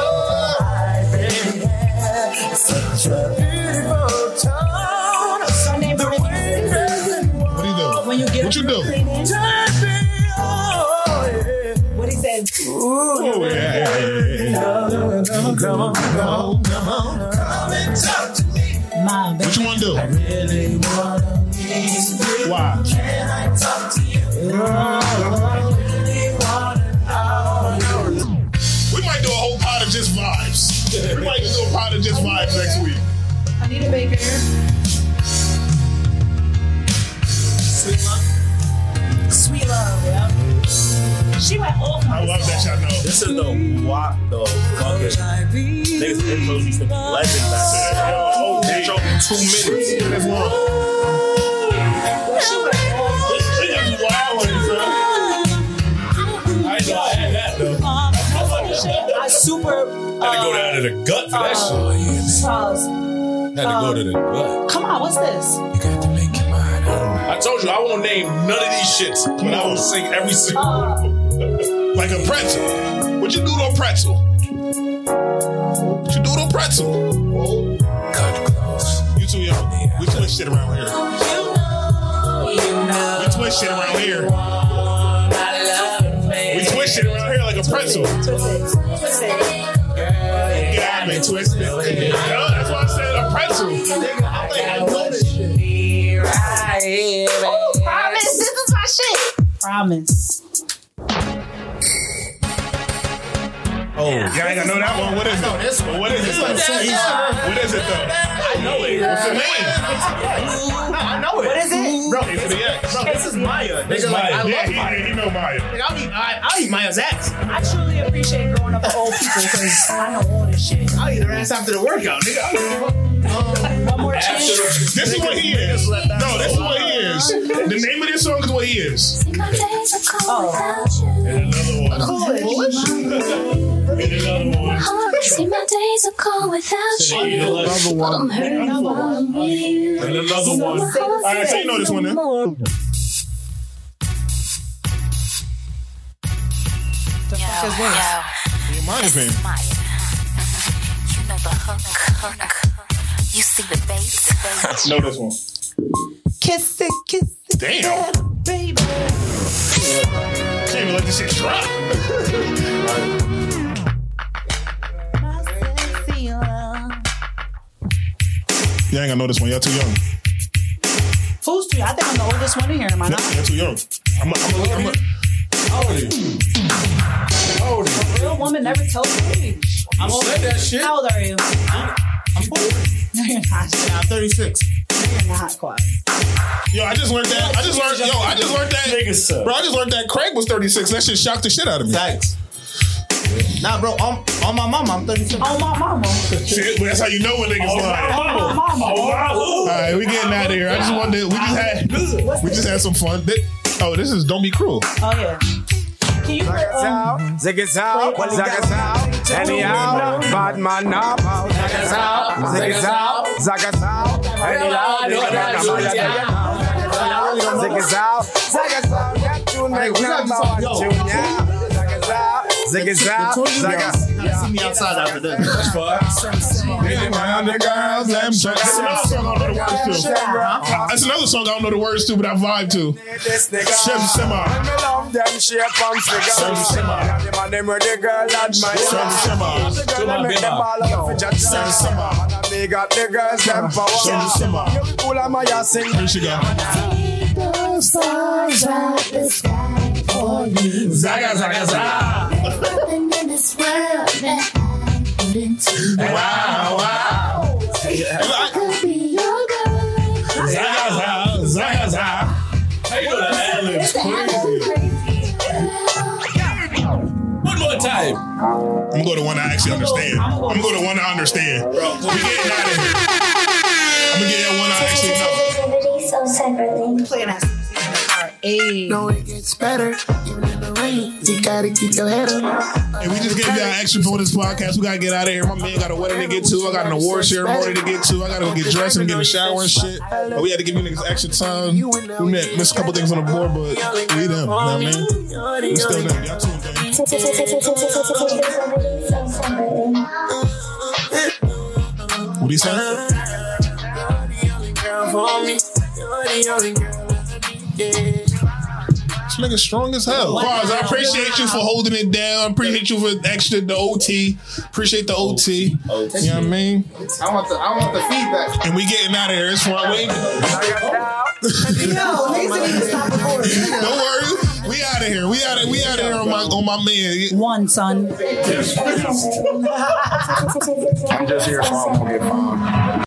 Speaker 5: I've been had such a beautiful time. The way that you
Speaker 1: What do you do?
Speaker 5: When you get
Speaker 1: what you do?
Speaker 5: touch me, oh, yeah.
Speaker 6: What he said?
Speaker 5: Ooh,
Speaker 1: Oh, yeah,
Speaker 5: Come on, come on, come on, come and talk to me.
Speaker 6: My
Speaker 1: What you wanna do?
Speaker 5: Really wanna meet you.
Speaker 1: Why?
Speaker 5: Can I talk to you? Oh, I really wanna
Speaker 1: I love that y'all know.
Speaker 8: This is the WAP the fucking niggas intros used to be legend back then. Oh, intro in two minutes. Two minutes long. Shit like, oh, this shit is wild, son. I ain't know I had that though.
Speaker 6: Um, I super. um,
Speaker 7: Had to go down to the gut for that shit.
Speaker 6: Charles,
Speaker 7: Had to go to the gut.
Speaker 6: Um, come on, what's this?
Speaker 7: I told you I won't name none of these shits, but I will sing every single one of them.
Speaker 1: Like a pretzel. What you do to a pretzel? What you do to a pretzel? You too young. We twist shit around here. We twist shit around here. We twist shit around here like a pretzel. Got me twisted. No, that's why I said a pretzel. Nigga, I think I know this shit.
Speaker 6: Oh, promise. This is my shit. Promise.
Speaker 1: Oh, yeah, I ain't know that one. What is it? This one. What is it? Like,
Speaker 13: This one.
Speaker 1: What is it though? I know it. What's the name?
Speaker 13: No, I know it.
Speaker 1: What is
Speaker 13: it? Bro,
Speaker 1: It's the X.
Speaker 13: bro, this is Maya.
Speaker 1: It's
Speaker 13: Nigga, like, I love
Speaker 1: Maya. Yeah, he-
Speaker 13: Maya.
Speaker 1: he know Maya.
Speaker 13: Like, I'll eat, I, I'll eat Maya's ass.
Speaker 6: I truly appreciate growing up with old people because I know all this shit.
Speaker 13: I'll eat her ass after the workout, nigga. I don't give a fuck. Um,
Speaker 6: One more
Speaker 1: After
Speaker 13: chance.
Speaker 1: the- This is what he is. No, this is what he is. The name of this song is what he is.
Speaker 16: Oh,
Speaker 1: And another one. And another one.
Speaker 17: See my days are cold without you.
Speaker 1: Another
Speaker 17: I'm hurting while I'm with you.
Speaker 1: And another one. All right, so you know this one then.
Speaker 6: The fuck is
Speaker 1: this? In my opinion.
Speaker 16: You know the hook, You see the bass.
Speaker 1: Know this one.
Speaker 6: Kiss it, kiss it.
Speaker 1: Damn.
Speaker 6: Baby.
Speaker 1: Can't even let this shit drop. You ain't gonna know this one. Y'all too young.
Speaker 6: Who's three? I think I'm the oldest one in here, am I
Speaker 1: Y'all
Speaker 6: not?
Speaker 1: y'all too young. I'm a, I'm a, I'm a, How old are you? How old are you?
Speaker 6: A real woman never tells her age.
Speaker 13: I'm old. Said that shit.
Speaker 6: How old are you?
Speaker 13: I'm 40.
Speaker 6: No, you're not.
Speaker 13: I'm 36.
Speaker 6: No, you're not, Quad.
Speaker 1: Yo, I just learned that. I just learned. Yo, I just learned that. Bro, I just learned that Craig was 36. That shit shocked the shit out of me. Thanks.
Speaker 13: Nah, bro, on, on my mama, I'm 36.
Speaker 6: On Oh, my mama.
Speaker 1: Shit, that's how you know when niggas lying.
Speaker 8: Oh.
Speaker 1: All right, we getting out of here. I just wanted. To, we just had. We just had some fun. Thi- Oh, this is don't be cruel.
Speaker 6: Oh, yeah. Can you put, um,
Speaker 18: Ziggy's out, Zagga's out, anyhow, bad man up. Zagga's out, Ziggy's out, Zagga's out, anyhow, Ziggy's out, Zagga's out, that tune make number one tune, yeah. Zagga's out, Ziggy's out, Zagga's
Speaker 13: See me outside after this. That's
Speaker 1: girls, them That's another song I don't know the words to. That's another song I don't know the words to, but I vibe to. Shem Sema.
Speaker 18: me love them shape and figure. Some simmer. The man them with the girl at my
Speaker 1: Some simmer.
Speaker 18: The girl them make them all up for judge. Some simmer. Me got the girls them power.
Speaker 1: Some simmer.
Speaker 18: You be cool and my ass sing.
Speaker 1: Here she go.
Speaker 17: Those stars out the sky for you.
Speaker 1: Zaga, zaga, zaga.
Speaker 17: Nothing in this world that I wouldn't do.
Speaker 1: Wow, wow.
Speaker 17: I could be your girl.
Speaker 1: Zaga, zaga, zaga, zaga.
Speaker 7: How you know that ad lib's crazy?
Speaker 1: One more time. I'm gonna go to one I actually understand. I'm gonna go to one I understand. Bro, we getting out of here. I'm gonna get that one I actually know.
Speaker 6: Playing that.
Speaker 17: No, it gets better. You never wait. You gotta keep your head up.
Speaker 1: Hey, we just gave y'all extra bonus podcast. We gotta get out of here. My man got a wedding to get to. I got an award ceremony to get to. I gotta go get dressed and get a shower and shit. But we had to give you niggas extra time. We met, missed a couple things on the board, but we them. You know what I mean? We still them. Y'all tuned in. What he say?
Speaker 18: Girl for me. You're the only girl.
Speaker 1: This nigga strong as hell. Quaz, I appreciate you for holding it down. Appreciate you for extra the OT. Appreciate the OT. You know what I mean?
Speaker 12: I want the I want the feedback.
Speaker 1: And we getting out of here. It's far away.
Speaker 12: No,
Speaker 1: Don't worry. We out of here. We out of we out of here on my on my man.
Speaker 6: One son.
Speaker 1: I'm
Speaker 17: just here so I'm gonna get mine.